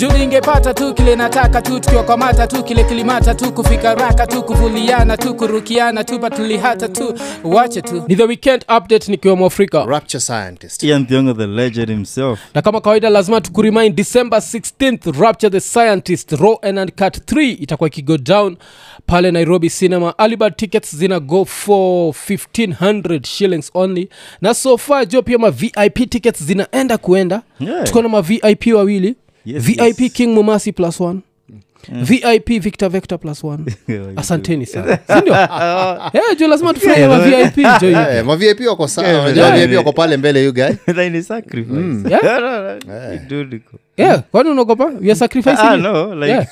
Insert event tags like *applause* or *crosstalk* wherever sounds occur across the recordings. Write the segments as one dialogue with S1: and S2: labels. S1: juu ningepata tu kile nataka tu tukiwakwamata tu kile kilimata tu kufika raka tu kuvuliana tu kurukiana tu batulihata tu wache tu ni the weekend update nikiwa mwafrika
S2: rapture scientist
S3: Ian Thiongo, the legend himself. *laughs*
S1: na kama kawaida lazima tukurimain december 16th rapture the scientist raw and uncut 3 itakuwa ikigo down pale nairobi cinema alibad tickets zina go for 1500 shillings only na so far jo pia ma vip tickets zinaenda kuenda
S3: Yeah.
S1: tuko na ma vip wawili
S3: Yes,
S1: vip
S3: yes. Mm.
S1: king mumasi plus one vip victor vector plus
S3: *laughs*
S1: one asanteni sana sindio Eh, jo lazima tufurahie ma vip jo hivi.
S3: *laughs*
S2: Eh, mavip wako sawa unajua
S3: yeah.
S2: vip wako pale mbele you guy
S3: That is sacrifice.
S1: Mm.
S3: *laughs*
S1: Yeah.
S3: No, no, no. Dude, iko-
S1: Yeah, kwani unaogopa We are sacrificing
S3: Ah,
S1: it.
S3: no, like-
S1: Yeah.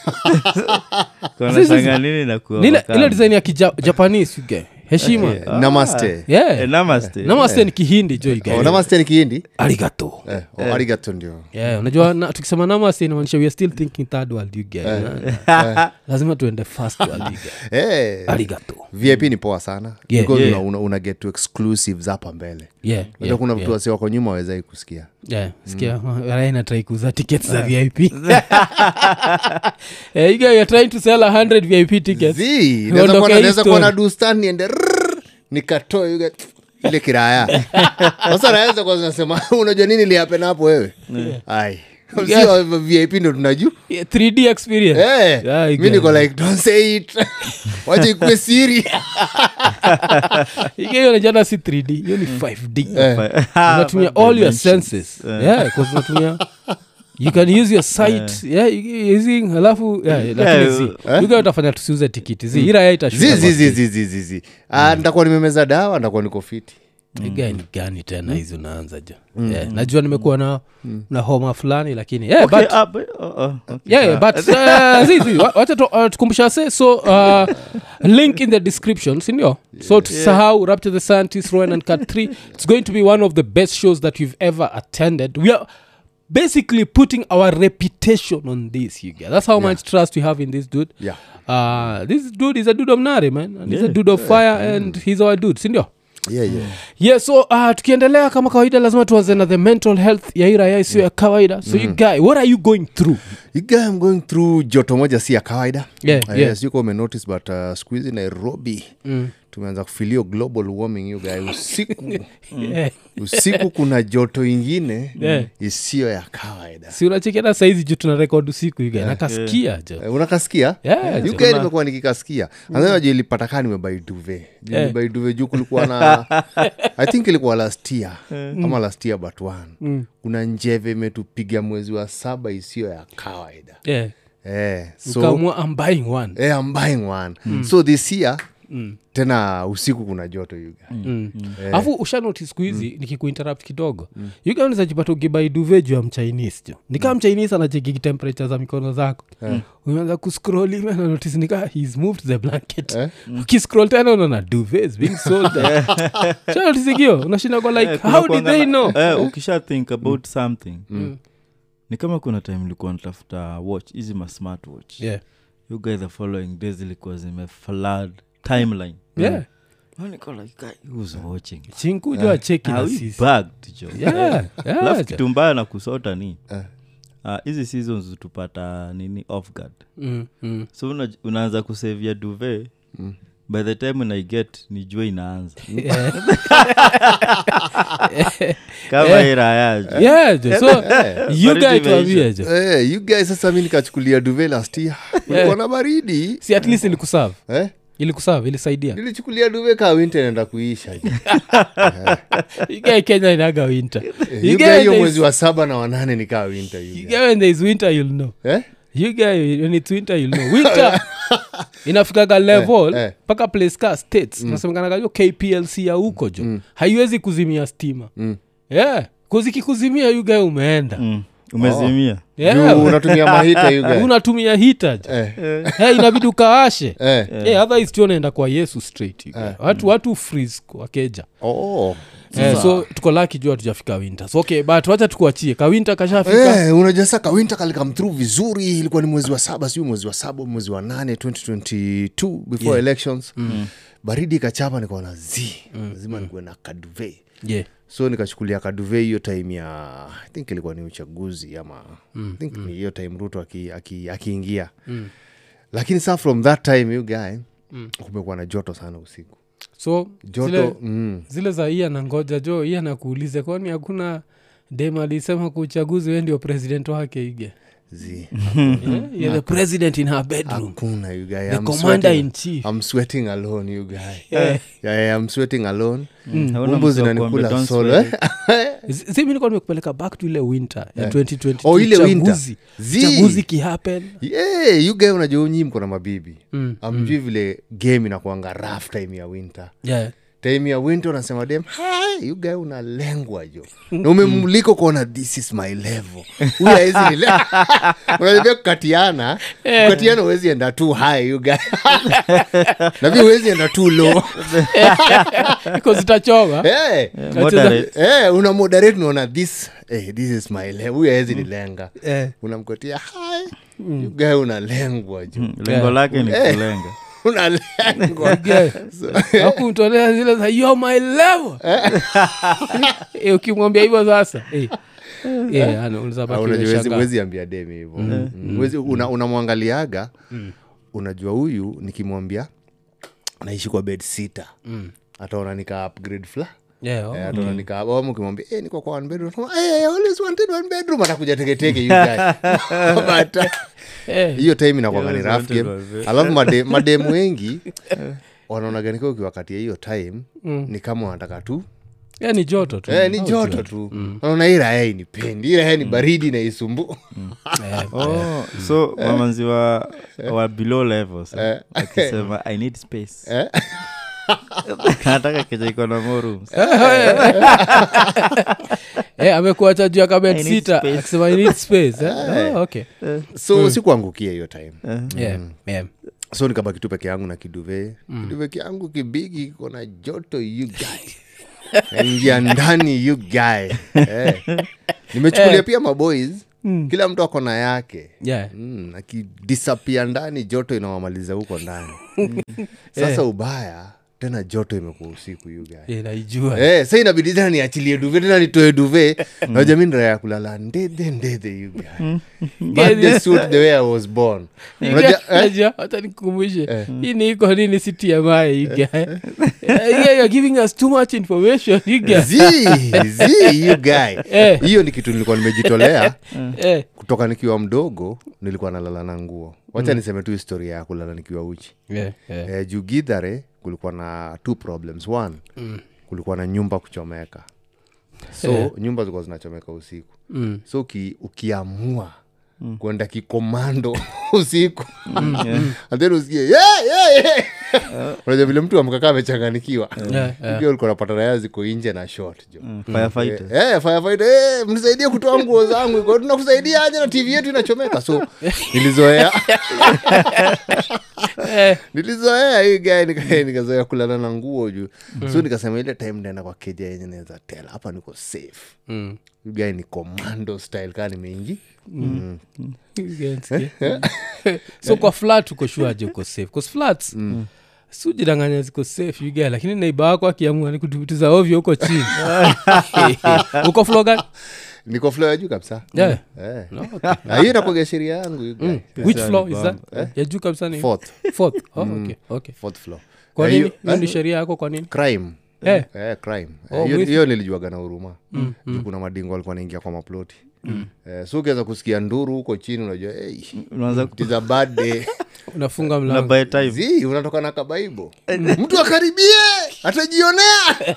S3: Kuna
S1: Sisi-
S3: shanga nini na kuwa
S1: Ni ile-
S3: makali.
S1: ile design ya kijapanese uge heshima Ah. yeah.
S2: namaste
S3: Eh, namaste. *laughs*
S1: namaste ni kihindi jo you guys.
S2: Oh, namaste ni kihindi
S1: arigato
S2: Eh, oh, arigato ndio
S1: yeah, unajua na, tukisema namaste inamaanisha we are still thinking third world you guys.
S2: *laughs*
S1: Na- lazima tuende first world you guys.
S2: Eh,
S1: arigato
S2: vip ni poa sana
S1: Yeah,
S2: because
S3: yeah.
S2: una, una, una get to exclusives hapa mbele
S1: yeah,
S2: Unajua
S1: yeah,
S2: kuna Mm. vitu
S1: yeah.
S2: wasi wako nyuma wawezai kusikia
S1: Yeah, sikia uh, rainatrai kuuza tickets za vip
S2: *laughs*
S1: *laughs* Eh, you guys are trying to sell 100 vip tickets
S2: Zii,
S1: Uondoke
S2: naweza kuwa na-
S1: hii
S2: naweza kuwa na
S1: story.
S2: dustan niende rrrr, nikatoe you get- ile
S1: *laughs*
S2: kiraya sasa raya zako zinasema *laughs* unajua nini lihapen hapo wewe ai Si
S1: Yeah.
S2: wa vip ndo tunajua
S1: Yeah, 3d experience
S2: Eh,
S1: Yeah, you
S2: mi
S1: guys.
S2: niko like don't
S1: *laughs*
S2: say it wacha ikuwe siri Eh.
S1: You guys, hiyo najana si 3d hiyo ni 5d
S2: Eh.
S3: Fi-
S1: unatumia
S3: Five
S1: all your
S3: Ah, dimensions.
S1: senses
S3: Eh.
S1: yeah, 'cause unatumia you can use your sight yeah. you- using halafu yeah, lakini
S3: Yeah,
S1: zi
S2: eh?
S1: You guys utafanya tusiuze tikiti zi iraya itashuka
S2: Zi,
S1: kwa
S2: zi, zi,
S1: stage.
S2: zi, zi, zi, zi.
S1: Mm.
S2: Ah, nitakuwa nimemeza dawa nitakuwa niko fiti
S1: You guys ni gani tena hizi unaanza jo yeah. najua nimekuwa na, na homa fulani lakini yeah,
S3: Okay,
S1: but,
S3: ah, but- oh, oh, okay,
S1: yeah, yeah,
S3: sawa.
S1: but uh, zi, zi, wa- wacha tu- uh, tukumbusha se so uh, link in the description sindio so tusahau yeah. rapture the scientist roan and cat 3 it's going to be one of the best shows that we've ever attended we are basically putting our reputation on this you guys. that's how much trust we have in this dude
S2: Yeah.
S1: uh, this dude is a dude of nari man and he's a dude of fire and he's our dude sindio
S2: yeah, yeah.
S1: yeah so uh, tukiendelea kama kawaida lazima tuanze na the mental health ya iraya isiyo ya kawaida so you guy what are you going through
S2: You guy, I'm going through joto moja si ya kawaida
S1: Yeah,
S2: Ah,
S1: yeah. Mm.
S2: yes, yuko umenotice but uh, siku hizi nairobi tumeanza kufilio global warming you guy usiku *laughs*
S1: yeah.
S2: usiku kuna joto ingine
S1: Yeah.
S2: isiyo ya kawaida
S1: si unachekiana saizi juu tuna rekod usiku higa nakasikia jo
S2: Eh, unakasikia
S1: Yeah,
S2: Eh,
S1: jo.
S2: UK nimekuwa nikikasikia anaju ilipata kaa nimebai duve Juu nimebai duve juu kulikuwa na i think ilikuwa last year ama last year but one kuna njeve imetupiga mwezi wa saba isiyo ya kawaida
S1: yeah.
S2: eh, so
S1: ukamua I'm buying one
S2: eh, I'm buying one so this year tena usiku kuna joto yuga
S1: afu ushanoti siku hizi nikikuinterrupt kidogo mm. yukanizajipata ukibaiduve juu ya mchinese jo nikaa mchinese anachekiki temperature za mikono zako yeah. umeanza kuscroll ime na notice nikaa he's moved the blanket
S2: Eh?
S1: *laughs* ukiscroll tena unaona duve is being sold shanotisingio unashinda kwa like
S3: Eh, kuna
S1: how did
S3: kuanga
S1: they
S3: na-
S1: know Mm.
S3: eh, ukisha think about something ni kama kuna time ilikuwa natafuta watch hizi ma smart watch
S1: yeah.
S3: you guys the following days ilikuwa zimeflood timeline
S1: yeah.
S3: Mm. Niko like, guy, who's watching
S1: chinkujo acheki
S3: Are
S1: na
S3: we
S1: sisi
S3: bugged, Joe? *laughs*
S1: yeah, yeah,
S3: Alafu
S1: jo.
S3: kitu mbaya na kusota ni
S2: Eh.
S3: ah, hizi seasons utupata nini off guard
S1: Mm, mm.
S3: so una, unaanza kusevia duve
S2: Mm.
S3: by the time unaiget ni jua inaanza *laughs* kama irayaji
S1: yeah, jo. so you
S3: baridi
S1: guy
S3: imeisha.
S1: tuambie jo
S2: eh, you guys sasa mi nikachukulia duve last year kulikuwa na baridi
S1: si at least ilikusav
S2: eh?
S1: ilikusav
S2: *laughs*
S1: ilisaidia
S2: nilichukulia duve kaa winter inaenda kuisha
S1: igae kenya inaga winter You guy
S2: yuga hiyo
S1: there
S2: mwezi
S1: is-
S2: wa saba na wanane nikaa winter
S1: you
S2: yuga
S1: guy when there is winter you'll know
S2: eh?
S1: you guy when it's winter you'll know
S2: *laughs*
S1: winter inafikaga level
S2: eh. Mm.
S1: mpaka place ka states nasemekanaga hiyo kplc ya huko jo haiwezi kuzimia stima
S2: Mm.
S1: yeah kuzikikuzimia yugae umeenda
S3: Mm. umezimia
S1: yeah.
S2: Juu unatumia mahita yuga
S1: unatumia hita jo
S2: Eh.
S1: Eh,
S2: *laughs*
S1: inabidi ukaashe
S2: eh.
S1: Eh, otherwise tu unaenda kwa yesu straight you guy. watu watu freeze wakeja
S2: oh.
S1: Eh, so tuko laki juu hatujafika winter so okay but wacha tukuachie kawinter kashafika
S2: Eh, unajua sasa kawinta kalikam through vizuri ilikuwa ni mwezi wa saba sijui mwezi wa saba mwezi wa nane 2022 before Mm. elections baridi ikachapa nikaona z lazima nikuwe na kadve
S1: yeah.
S2: so nikachukulia kaduve hiyo time ya i think ilikuwa ni uchaguzi ama mm, think ni hiyo time ruto akiingia aki, aki mm. lakini saa from that time you guy mm. kumekuwa na joto sana usiku
S1: so
S2: joto
S1: zile,
S2: mm,
S1: zile za iya nangoja jo iya nakuulize kwani hakuna dem alisema kwa uchaguzi we ndio president wake ige
S2: zi
S1: yeah? You're the
S2: Ah.
S1: president in her bedroom
S2: hakuna you guy
S1: the
S2: I'm
S1: commander
S2: sweating-
S1: in chief
S2: I'm sweating alone you guy
S1: *laughs* Eh,
S2: yeah, yeah, I'm sweating alone
S3: Hauna
S2: mbu
S3: mzee wa kuambia,
S2: zinanikula
S3: "Don't
S2: solo
S3: sweat
S2: eh?
S1: z- si mi nikuwa nimekupeleka back to ile winter ya
S2: Yeah.
S1: 2022
S2: Oh, ile winter.
S1: Chaguzi.
S2: Zii.
S1: chaguzi kihappen
S2: yeah, you guy unajua nyii mko na mabibi
S1: Mm,
S2: amjui vile game inakuanga rough time ya winter
S1: yeah. *laughs*
S2: time ya winter unasema dem "Hey, you guy unalengwa
S1: *laughs*
S2: jo na umemliko kuona this is my level huyu haezi nile- *laughs* unajua kukatiana kukatiana huwezi enda too high you guy *laughs* na pia huwezi enda too
S1: *laughs*
S2: low
S1: Because itachoma
S2: hey.
S3: Eh, moderate.
S2: Eh, una moderate unaona this eh, this is my level huyu haezi nilenga
S1: Eh. Mm.
S2: unamkotia hai you guy unalengwa *laughs* jo
S3: Mm, lengo lake ni
S2: Eh. *laughs*
S3: kulenga
S1: *laughs*
S2: unalengwa
S1: akumtolea zile za yo my level *laughs* Eh, ukimwambia hivyo sasa eh. Eh, ana-
S2: Ah,
S1: unaweza baki umeshangaa.
S2: unajuawezi demi hivo
S1: Eh.
S2: Mm.
S1: Mm.
S2: Huwezi- una- unamwangaliaga unajua huyu nikimwambia naishi kwa bed sita ataona nika upgrade fla
S1: Yeah, Mm. oh.
S2: Eh, ataona nika ama ukimwambia "Eh, niko kwa one bedroom Atakwambia, "Eh, I always wanted one bedroom atakuja teketeke you
S1: *laughs*
S2: guy. *laughs* But, eh,
S1: Eh,
S2: hiyo time inakwanga ni
S3: always
S2: rough
S3: wanted
S2: game
S3: one bedroom.
S2: alafu *laughs* made- mademu wengi Eh. wanaonaganikia ukiwakatia hiyo time ni kama wanataka tu
S1: eh, ni joto tu
S2: eh, ni Mm. joto Mm. tu wanaona ira yeye ni pendi ira yeye ni baridi na isumbu
S1: Eh,
S3: oh, so
S2: Eh.
S3: mamanzi wa, wa below levels eh, akisema i need space
S2: Eh.
S3: *laughs* anataka kejaiko na more rooms
S1: eh, amekuacha juu ya
S3: I
S1: kabet
S3: need
S1: sita
S3: space.
S1: akisema "I need space eh? Oh, okay
S2: *laughs* so sikuangukia hiyo time
S1: Yeah, yeah.
S2: so nikabaki tu peke yangu na kiduve kiduve kiangu kibigi kona joto you *laughs* guy naingia ndani you *laughs* guy eh. nimechukulia pia maboys kila mtu ako na yake
S1: Yeah.
S2: mm, akidisapia ndani joto inawamaliza huko ndani sasa ubaya tena joto imekuwa usiku you guy
S1: Eh, naijua
S2: Eh, sa inabidi tena niachilie duve tena nitoe duve najami ndaa ya kulala ndedhe ndedhe you guy. Birthday suit the way I was born Unajua-
S1: *laughs*
S2: eh?
S1: Unajua, hata nikukumbushe hii ni iko nini si TMI, you guy. Eh, yeah, you're giving us too much information you guy.
S2: *laughs* Zii, zii, you guy
S1: Eh.
S2: hiyo ni kitu nilikuwa nimejitolea
S1: Eh,
S2: kutoka nikiwa mdogo nilikuwa nalala na nguo wacha niseme tu historia ya kulala nikiwa uchi
S1: yeah, yeah.
S2: eh, juu gidhare kulikuwa na two problems one
S1: Mm.
S2: kulikuwa na nyumba kuchomeka so nyumba zilikuwa zinachomeka usiku
S1: Eh. Mm.
S2: so uki, ukiamua kwenda kikomando *laughs* usiku
S1: Mm.
S2: *laughs* And then usikie "Yeah, yeah, yeah."
S1: *laughs*
S2: unajua vile mtu amkakaa amechanganikiwa
S1: Yeah, yeah.
S2: Ujue ulikuwa napata naya ziko inje na short jo
S3: Mm, firefighter
S2: Eh, firefighter, eh, mnisaidie kutoa nguo zangu iko tunakusaidia aje na tv yetu
S1: *laughs*
S2: inachomeka so nilizoea
S1: Eh,
S2: nilizoea hii guy, nika- eh, nikazoea kulala na nguo juu so
S1: Mm.
S2: nikasema ile time naenda kwa keja yenye naweza tela hapa niko safe
S1: mm.
S2: Huyu guy ni commando style kaa nimeingi
S1: Genski. *laughs* so kwa flat uko shuaje uko safe bcause flats mm. sujidanganya ziko safe uga lakini naiba wako akiamua ni kutupitiza ovyo huko *laughs* chini uko floga
S2: niko floor ya juu kabisa
S1: Mm. Yeah.
S2: Eh.
S1: no, okay.
S2: Na hiyo inakuaga sheria yangu huyu guy.
S1: which floor is that ya juu kabisa ni
S2: Fourth.
S1: fourth oh, okay, okay.
S2: Fourth floor.
S1: kwa
S2: Na
S1: nini
S2: hiyo- eh?
S1: hiyo ni sheria yako kwa nini
S2: crime
S1: Eh.
S2: Eh, crime Eh,
S1: Oh,
S2: hiyo-
S1: mwizi.
S2: hiyo nilijuaga na huruma Juu kuna madingo alikuwa naingia kwa maploti Eh, so ukiweza kusikia nduru huko chini unajua hey,
S3: unaanza
S2: it is a bad day."
S1: unafunga mlango
S3: kunabae time *laughs*
S2: Zii, unatoka na kabaibo mtu akaribie atajionea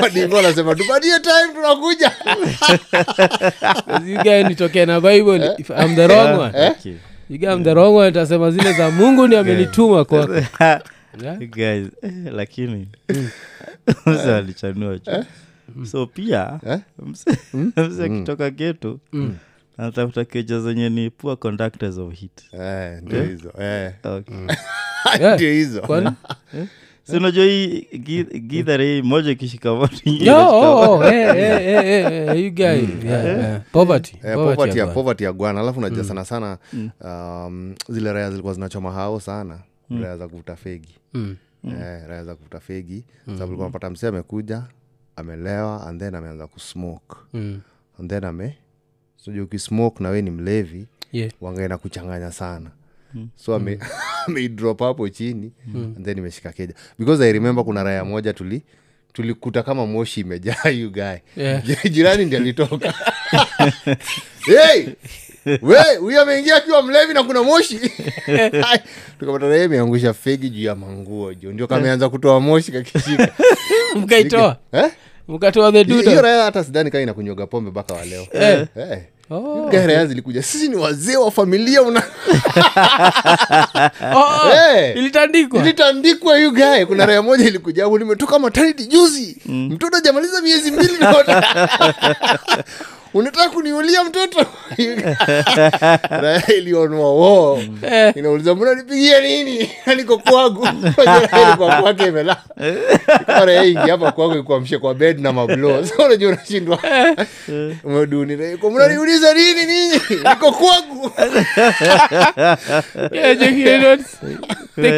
S2: madingo anasema tupatie time tunakuja
S1: uga nitokee na bible if I'm the
S3: Eh?
S1: wrong one
S3: Okay.
S1: uga I'm the wrong one tasema zile za mungu ni amenituma kwako
S3: *laughs*
S1: Yeah.
S3: You guys eh,
S1: *laughs*
S3: lakini *laughs* mse alichanua
S1: Eh?
S3: cho so pia mse
S1: Hmm?
S3: *laughs* mse akitoka geto anatafuta keja zenye ni poor conductors of heat
S2: Eh, ndio hizo eh,
S3: Okay.
S1: Yeah.
S2: ndio hizo
S1: kwani
S3: si unajua hii gi- githeri hii moja ikishika moto ingine
S1: Eh? Yo,
S3: inashika moto.
S1: oh, oh, hey, hey, hey, hey, hey, you guys. Yeah, yeah. Poverty,
S2: Mm. Eh,
S1: poverty
S2: poverty ya-
S1: hapa.
S2: poverty ya gwana alafu najua sana sana um, zile raya zilikuwa zinachoma hao sana raya za kuvuta fegi
S1: Mm.
S2: Eh, raya za kuvuta fegi sababu ulikuwa unapata msee amekuja amelewa and then ameanza kusmoke
S1: mm.
S2: and then ame sijui ukismoke na we ni mlevi
S1: yeah.
S2: wangaena kuchanganya sana so *laughs* ame- ameidrop hapo chini and then imeshika keja because i remember kuna raya moja tuli tulikuta kama moshi imejaa *laughs* you guy
S1: Yeah. *laughs*
S2: Ji- jirani ndi alitoka *laughs* hey! we huyu ameingia akiwa mlevi na kuna moshi tukapata naye ameangusha fegi juu ya manguo jo ndio kameanza kutoa moshi kakishika
S1: mkaitoa
S2: Eh?
S1: mkatoa the
S2: hiyo
S1: dudo
S2: raya hata sidhani kaa inakunywaga pombe mpaka waleo Eh.
S1: Oh.
S2: Hiyo raya zilikuja sisi ni wazee wa familia una
S1: Oh, oh,
S2: Eh.
S1: ilitandikwa
S2: ilitandikwa yu gae kuna raya moja ilikuja hapo nimetoka matariti juzi
S1: Mm.
S2: mtoto ajamaliza miezi mbili
S1: *laughs*
S2: naona unataka kuniulia mtoto *laughs* You guy. raya ilionwa wo
S1: Eh.
S2: inauliza mbona nipigia nini *laughs* Na niko kwangu Raya ilikuwa kwake imela Kama raya ingi hapa kwangu ikuamshe kwa bed na mablo sa *laughs* unajua unashindwa
S1: Eh.
S2: umeduni Raya ilikuwa, mbona niuliza nini *laughs* ninyi niko kwangu
S1: Yeah, Jackie, you
S2: *laughs*
S1: know,
S2: Eh.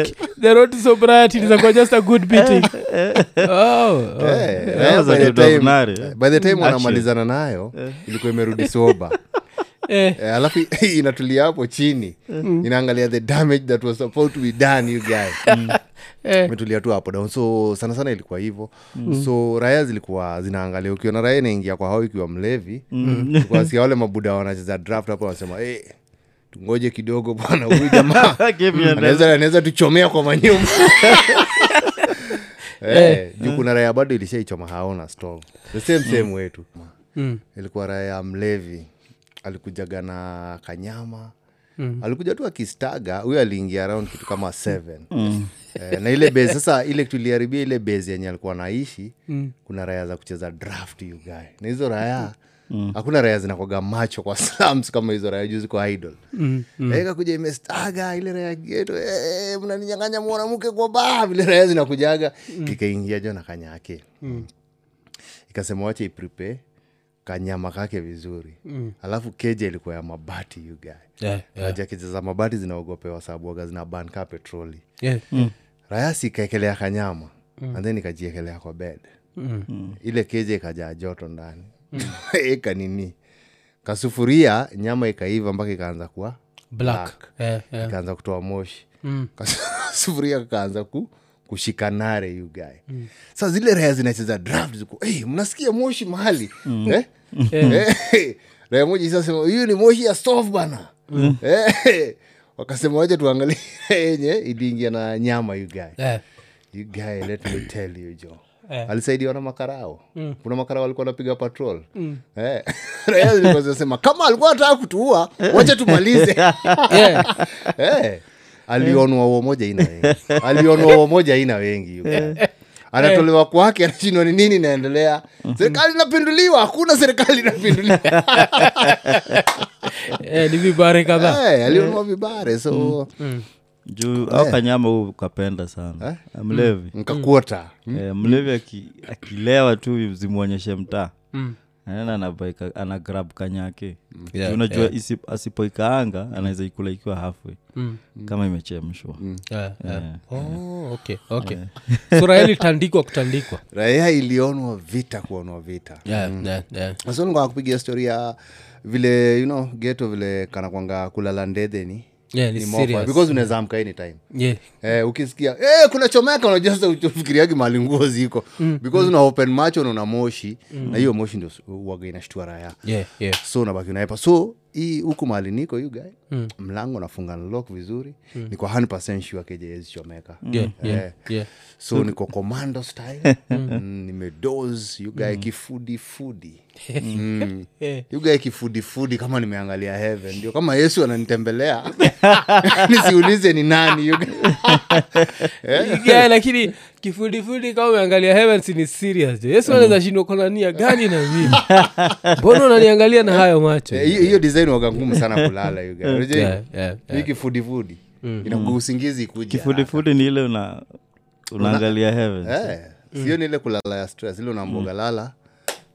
S1: the, the road to sobriety is like just a good beating
S2: *laughs*
S1: oh, oh.
S2: Eh,
S3: Yeah,
S2: eh,
S3: za
S2: by the
S3: Dudu
S2: time-
S3: Agnari, eh.
S2: by the time
S3: Actually.
S2: wanamalizana nayo ilikuwa imerudi soba
S1: Eh,
S2: Eh, alafu *laughs* inatulia hapo chini inaangalia the damage that was supposed to be done you guys Mm.
S1: eh,
S2: imetulia tu hapo down so sana sana ilikuwa hivyo so raya zilikuwa zinaangalia ukiona raya inaingia kwa hao ikiwa mlevi kuasikia wale mabuda wanacheza draft hapo wanasema hey, tungoje kidogo bwana huyu
S3: *laughs*
S2: jamaa
S3: *laughs* Give
S1: Hmm.
S3: me another-
S2: anaweza anaweza tuchomea kwa manyumba Eh, juu kuna raya bado ilishaichoma haona stove the same same wetu
S1: mm,
S2: ilikuwa raya ya mlevi alikujaga na kanyama
S1: Mm.
S2: alikuja tu akistaga huyo aliingia around kitu kama seven eh, na ile base sasa ile tuliharibia ile base yenye alikuwa anaishi
S1: Mm.
S2: kuna raya za kucheza draft you guy na hizo raya hakuna raya zinakwaga macho kwa slums kama hizo raya juu ziko idol
S1: mm, mm.
S2: Raya ikakuja imestaga ile raya geto eh, mnaninyang'anya mwanamke kwa baa vile raya zinakujaga ikaingia jo na kanyake ikasema wache iprepare kanyama kake vizuri alafu keja ilikuwa ya mabati you guy
S1: Yeah, yeah,
S2: jakeja za mabati zinaogopewa sababu waga zina ban ka petroli
S1: yeah.
S2: Mm. rayasi ikaekelea kanyama mm. and then ikajiekelea kwa bed mm. ile keja ikajaa joto ndani *laughs* ikanini kasufuria nyama ikaiva mpaka ikaanza kuwa
S1: Black. Eh, Yeah, yeah.
S2: ikaanza kutoa moshi
S1: Mm.
S2: Kas- *laughs* sufuria kaanza ku kushikanare you guy mm. sa zile raya zinacheza draft ziko hey, mnasikia moshi mahali mm. eh? *laughs* Eh, raya moja isasema hiyo ni moshi ya stove bana mm. eh, wakasema wacha tuangalie *laughs* yenye iliingia na nyama you guy
S1: Yeah.
S2: you guy let me
S1: *coughs*
S2: tell you jo
S1: Eh. Mm.
S2: alisaidiwa na makarao kuna makarao alikuwa anapiga patrol Eh, *laughs* raya zilikuwa zinasema kama alikuwa anataka kutuua wacha tumalize
S1: *laughs* Yeah.
S2: Eh, alionwa uo moja ina
S1: *laughs*
S2: wengi alionwa uo moja ina wengi yuko.
S1: Eh.
S2: anatolewa kwake anashindwa ni nini inaendelea
S1: Mm-hmm.
S2: serikali inapinduliwa hakuna serikali
S1: *laughs*
S2: inapinduliwa
S1: Eh, ni vibare kadhaa
S2: Eh, alionwa
S1: Mm.
S2: vibare so
S3: juu au
S1: Eh.
S3: kanyama huu ukapenda sana mlevi
S1: Mm.
S2: nkakuota
S3: Eh, mlevi aki- akilewa tu zimwonyeshe mtaa
S1: Mm.
S3: anaenda anabaika- ana grab kanyake Juu unajua isi- asipoikaanga anaweza ikula ikiwa halfway kama imechemshwa
S1: Mm. Yeah, yeah.
S2: Eh.
S1: Oh, okay, okay. sura hili tandikwa kutandikwa
S2: raia ilionwa vita kuonwa vita
S1: Yeah, yeah, yeah.
S2: songa kupigia stori ya vile you know geto vile kanakwanga kulala ndedheni
S1: Yeah, ni serious.
S2: because unaweza amka anytime
S1: Yeah.
S2: eh, ukisikia eh, kuna chomeka unajua sasa ufikiriagi mali nguo ziko
S1: Mm.
S2: because una open macho naona moshi na hiyo moshi ndio uaga inashtua raya
S1: Yeah, yeah.
S2: so unabaki unaepa so hii huku mali niko you guy
S1: Mm.
S2: mlango nafunga na lock vizuri ni kwa 100 sure kejezi chomeka
S1: Yeah, yeah,
S2: Eh,
S1: yeah.
S2: so
S1: Hmm.
S2: niko commando style Mm, nimedoze you
S1: Hmm.
S2: guy kifudi
S1: *laughs*
S2: fudi Mm.
S1: Eh.
S2: You guy kifudi fudi kama nimeangalia heaven ndio kama yesu ananitembelea
S1: *laughs*
S2: *laughs* nisiulize ni nani you guy. Eh.
S1: Yeah, lakini kifudifudi kama umeangalia heavens ni serious jo.
S2: Mm.
S1: yesu anaweza shindwa kona nia gani na mimi mbona unaniangalia na hayo macho
S2: Eh, hiyo hiyo design waga ngumu sana kulala you
S1: *laughs*
S2: guys. Unajua
S1: Yeah,
S2: hiyo?
S1: yeah, Hmm.
S2: Hii kifudifudi inakuwa usingizi kuja
S3: kifudifudi ni ile una unaangalia heaven
S2: Eh,
S1: Hmm.
S2: sio ni ile kulala ya stress ile unamboga lala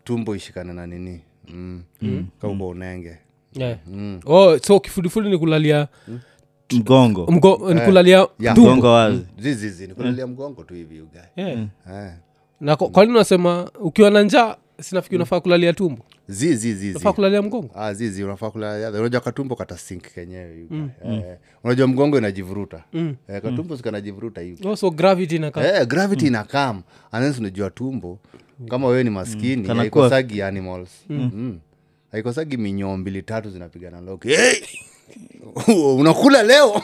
S2: tumbo ishikane na nini mm.
S1: Hmm.
S2: kauko unenge
S1: yeah.
S2: Mm.
S1: oh, so kifudifudi ni kulalia
S3: mgongo
S2: Eh.
S1: mgo, ni kulalia
S2: Yeah.
S1: tumbo
S3: mgongo wazi
S2: zizizi nikulalia mgongo tu hivi ugae
S1: yeah.
S2: eh.
S1: na kwa- kwa nini unasema ukiwa na njaa sinafikiri
S2: Mm.
S1: unafaa kulalia tumbo
S2: zi zi zi zi
S1: unafaa kulalia mgongo
S2: Ah, zizi unafaa kula unajua katumbo kata sink kenyewe yuga. eh, unajua mgongo inajivuruta eh, katumbo sikanajivuruta yuga.
S1: No, Oh, so gravity inakaa
S2: eh, gravity inakam anaweza unajua tumbo kama wewe ni maskini
S3: Kana
S2: haikosagi animals Mm. haikosagi minyoo mbili tatu zinapigana loki hey! *laughs* unakula leo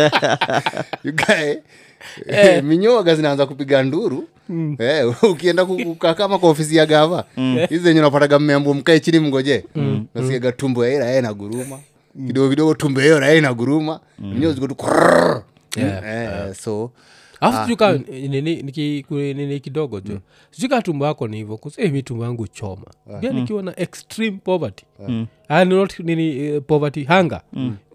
S2: *laughs* You guy, eh, minyooga zinaanza kupiga nduru Eh, *laughs* ukienda ku- kukaa kama kwa ofisi ya gava hizi zenye unapataga mmeambo mkae chini mngoje nasikiaga tumbo yaira yae na guruma kidogo kidogo tumbo yaira yae na guruma minyoo ziko tu krrrr. Eh, so
S1: alafu
S3: Ah,
S1: sijui kaa nini- niki- ku- nini kidogo
S3: Mm.
S1: jo sijui kaa tumbo yako ni hivo mi tumbo yangu choma
S3: Eh.
S1: pia
S3: Mm.
S1: nikiwa na extreme poverty Ah, ni not nini eh, poverty hanga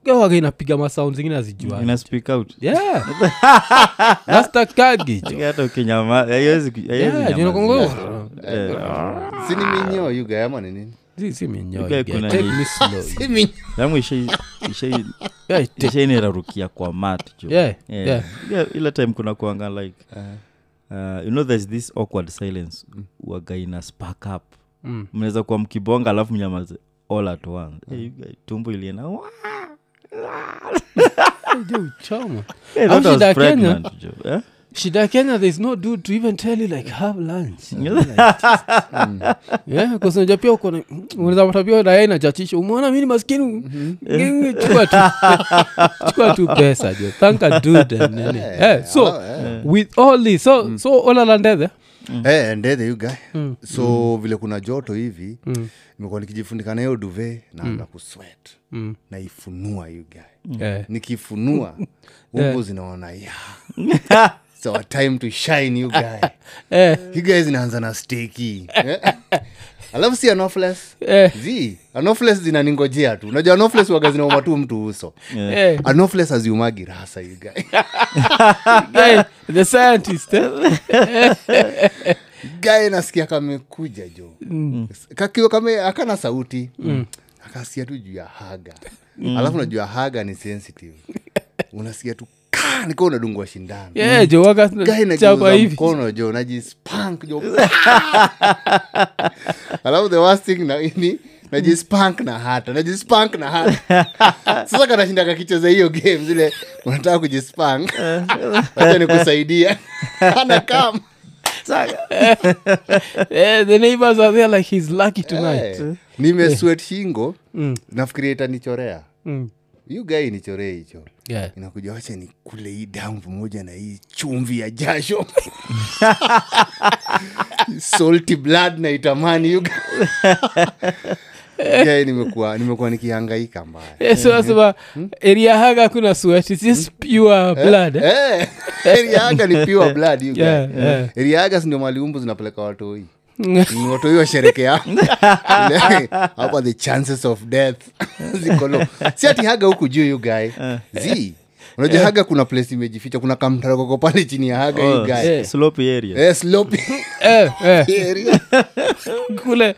S1: gawaga inapiga masound zingine azijua
S3: Mm. ina speak out *laughs*
S1: yeah nastakagi jo
S3: hata ukinyama- haiwezi ku- haiwezi
S1: Yeah,
S3: nyamaza. Eh.
S1: juu nakongo- Ah.
S2: sini minyoo yuga ama ni nini
S1: Si- si minyoo,
S3: Ikae
S1: guy.
S3: kuna
S1: Take
S3: nini.
S1: me slow.
S3: *laughs*
S2: Si minyoo.
S3: Damu Yaani ishai- ishai-
S1: Yeah, take-
S3: ishainirarukia kwa mat jo.
S1: Yeah,
S3: Yeah.
S1: yeah.
S3: Yeah, ile time kuna kuanga like uh, you know there's this awkward silence waga ina spark up
S1: Mm.
S3: mnaweza kuwa mkibonga alafu mnyamaze all at once Eh, you guy, tumbo ilienda "Wah!"
S1: Juu, choma.
S3: Eh,
S1: Alafu
S3: that
S1: shida
S3: was
S1: ya Kenya
S3: pregnant, jo. Eh?
S1: shida ya kenya there's no dude to even tell you like have lunch
S2: Mm.
S1: *laughs* yeah, 'cause unajua pia uko na- unaweza pata pia raya inachachisha umeona mini maskini
S2: Mm-hmm.
S1: Ngingi, chukua tu *laughs* chukua tu pesa jo thank a dude and nini. Eh,
S2: Oh,
S1: so with all this so,
S2: Mm.
S1: so all around there,
S2: Eh, ndethe you guy
S1: Mm.
S2: so vile kuna joto hivi nimekuwa nikijifunika na hiyo duve
S1: Mm.
S2: naanza kuswet naifunua you guy
S1: eh,
S2: *laughs* nikifunua umbu zinaona ya
S1: *laughs*
S2: It's our time to shine you guy
S1: eh,
S2: you guys inaanza na steki Eh? alafu si anofles
S1: Eh.
S2: zi anofles zinaningojea tu unajua anofles waga zinauma tu mtu uso
S1: eh.
S2: anofles aziumagi rasa you guy
S1: Guy, the scientist eh?
S2: *laughs* gae nasikia kamekuja jo mm. kakiwa kame akana sauti mm. akasikia tu juu ya haga mm. alafu najua haga ni sensitive unasikia tu ka nikiwa unadungwa shindano
S1: yeah, jo waga
S2: Guy
S1: chapa
S2: nageuza
S1: hivi
S2: mkono jo najispank jo *laughs* alafu the worst thing na- ni najispank na hata najispank na hata sasa kanashinda kakicheza hiyo game zile unataka kujispank acha nikusaidia ana kama
S1: Eh, the neighbors are there like he's lucky tonight
S2: Eh, nimeswet shingo nafikiria itanichorea
S1: Mm.
S2: hiyo gai nichoree hicho
S1: Yeah.
S2: inakuja wacha ni kule hii damu pamoja na hii chumvi ya jasho *laughs* salty blood na itamani yuga *laughs* gai nimekuwa nimekuwa nikihangaika mbaya
S1: Eh, so nasema eria haga kuna sweat it's just pure blood eh?
S2: Eh, eriaga ni pure blood you guy.
S1: Yeah, yeah.
S2: eriaga sindio maliumbu zinapeleka watoi Ni watoi
S1: *laughs*
S2: washerekea hapa the chances of death *laughs* zikolo si ati haga huku juu you guy
S1: Eh.
S2: z unajua haga kuna place imejificha kuna kamtarokoko pale chini ya haga you
S3: *laughs* Oh,
S2: guy.
S3: s- slopy area.
S2: Eh, sloping
S1: eh, eh, *laughs*
S2: *laughs* area.
S1: kule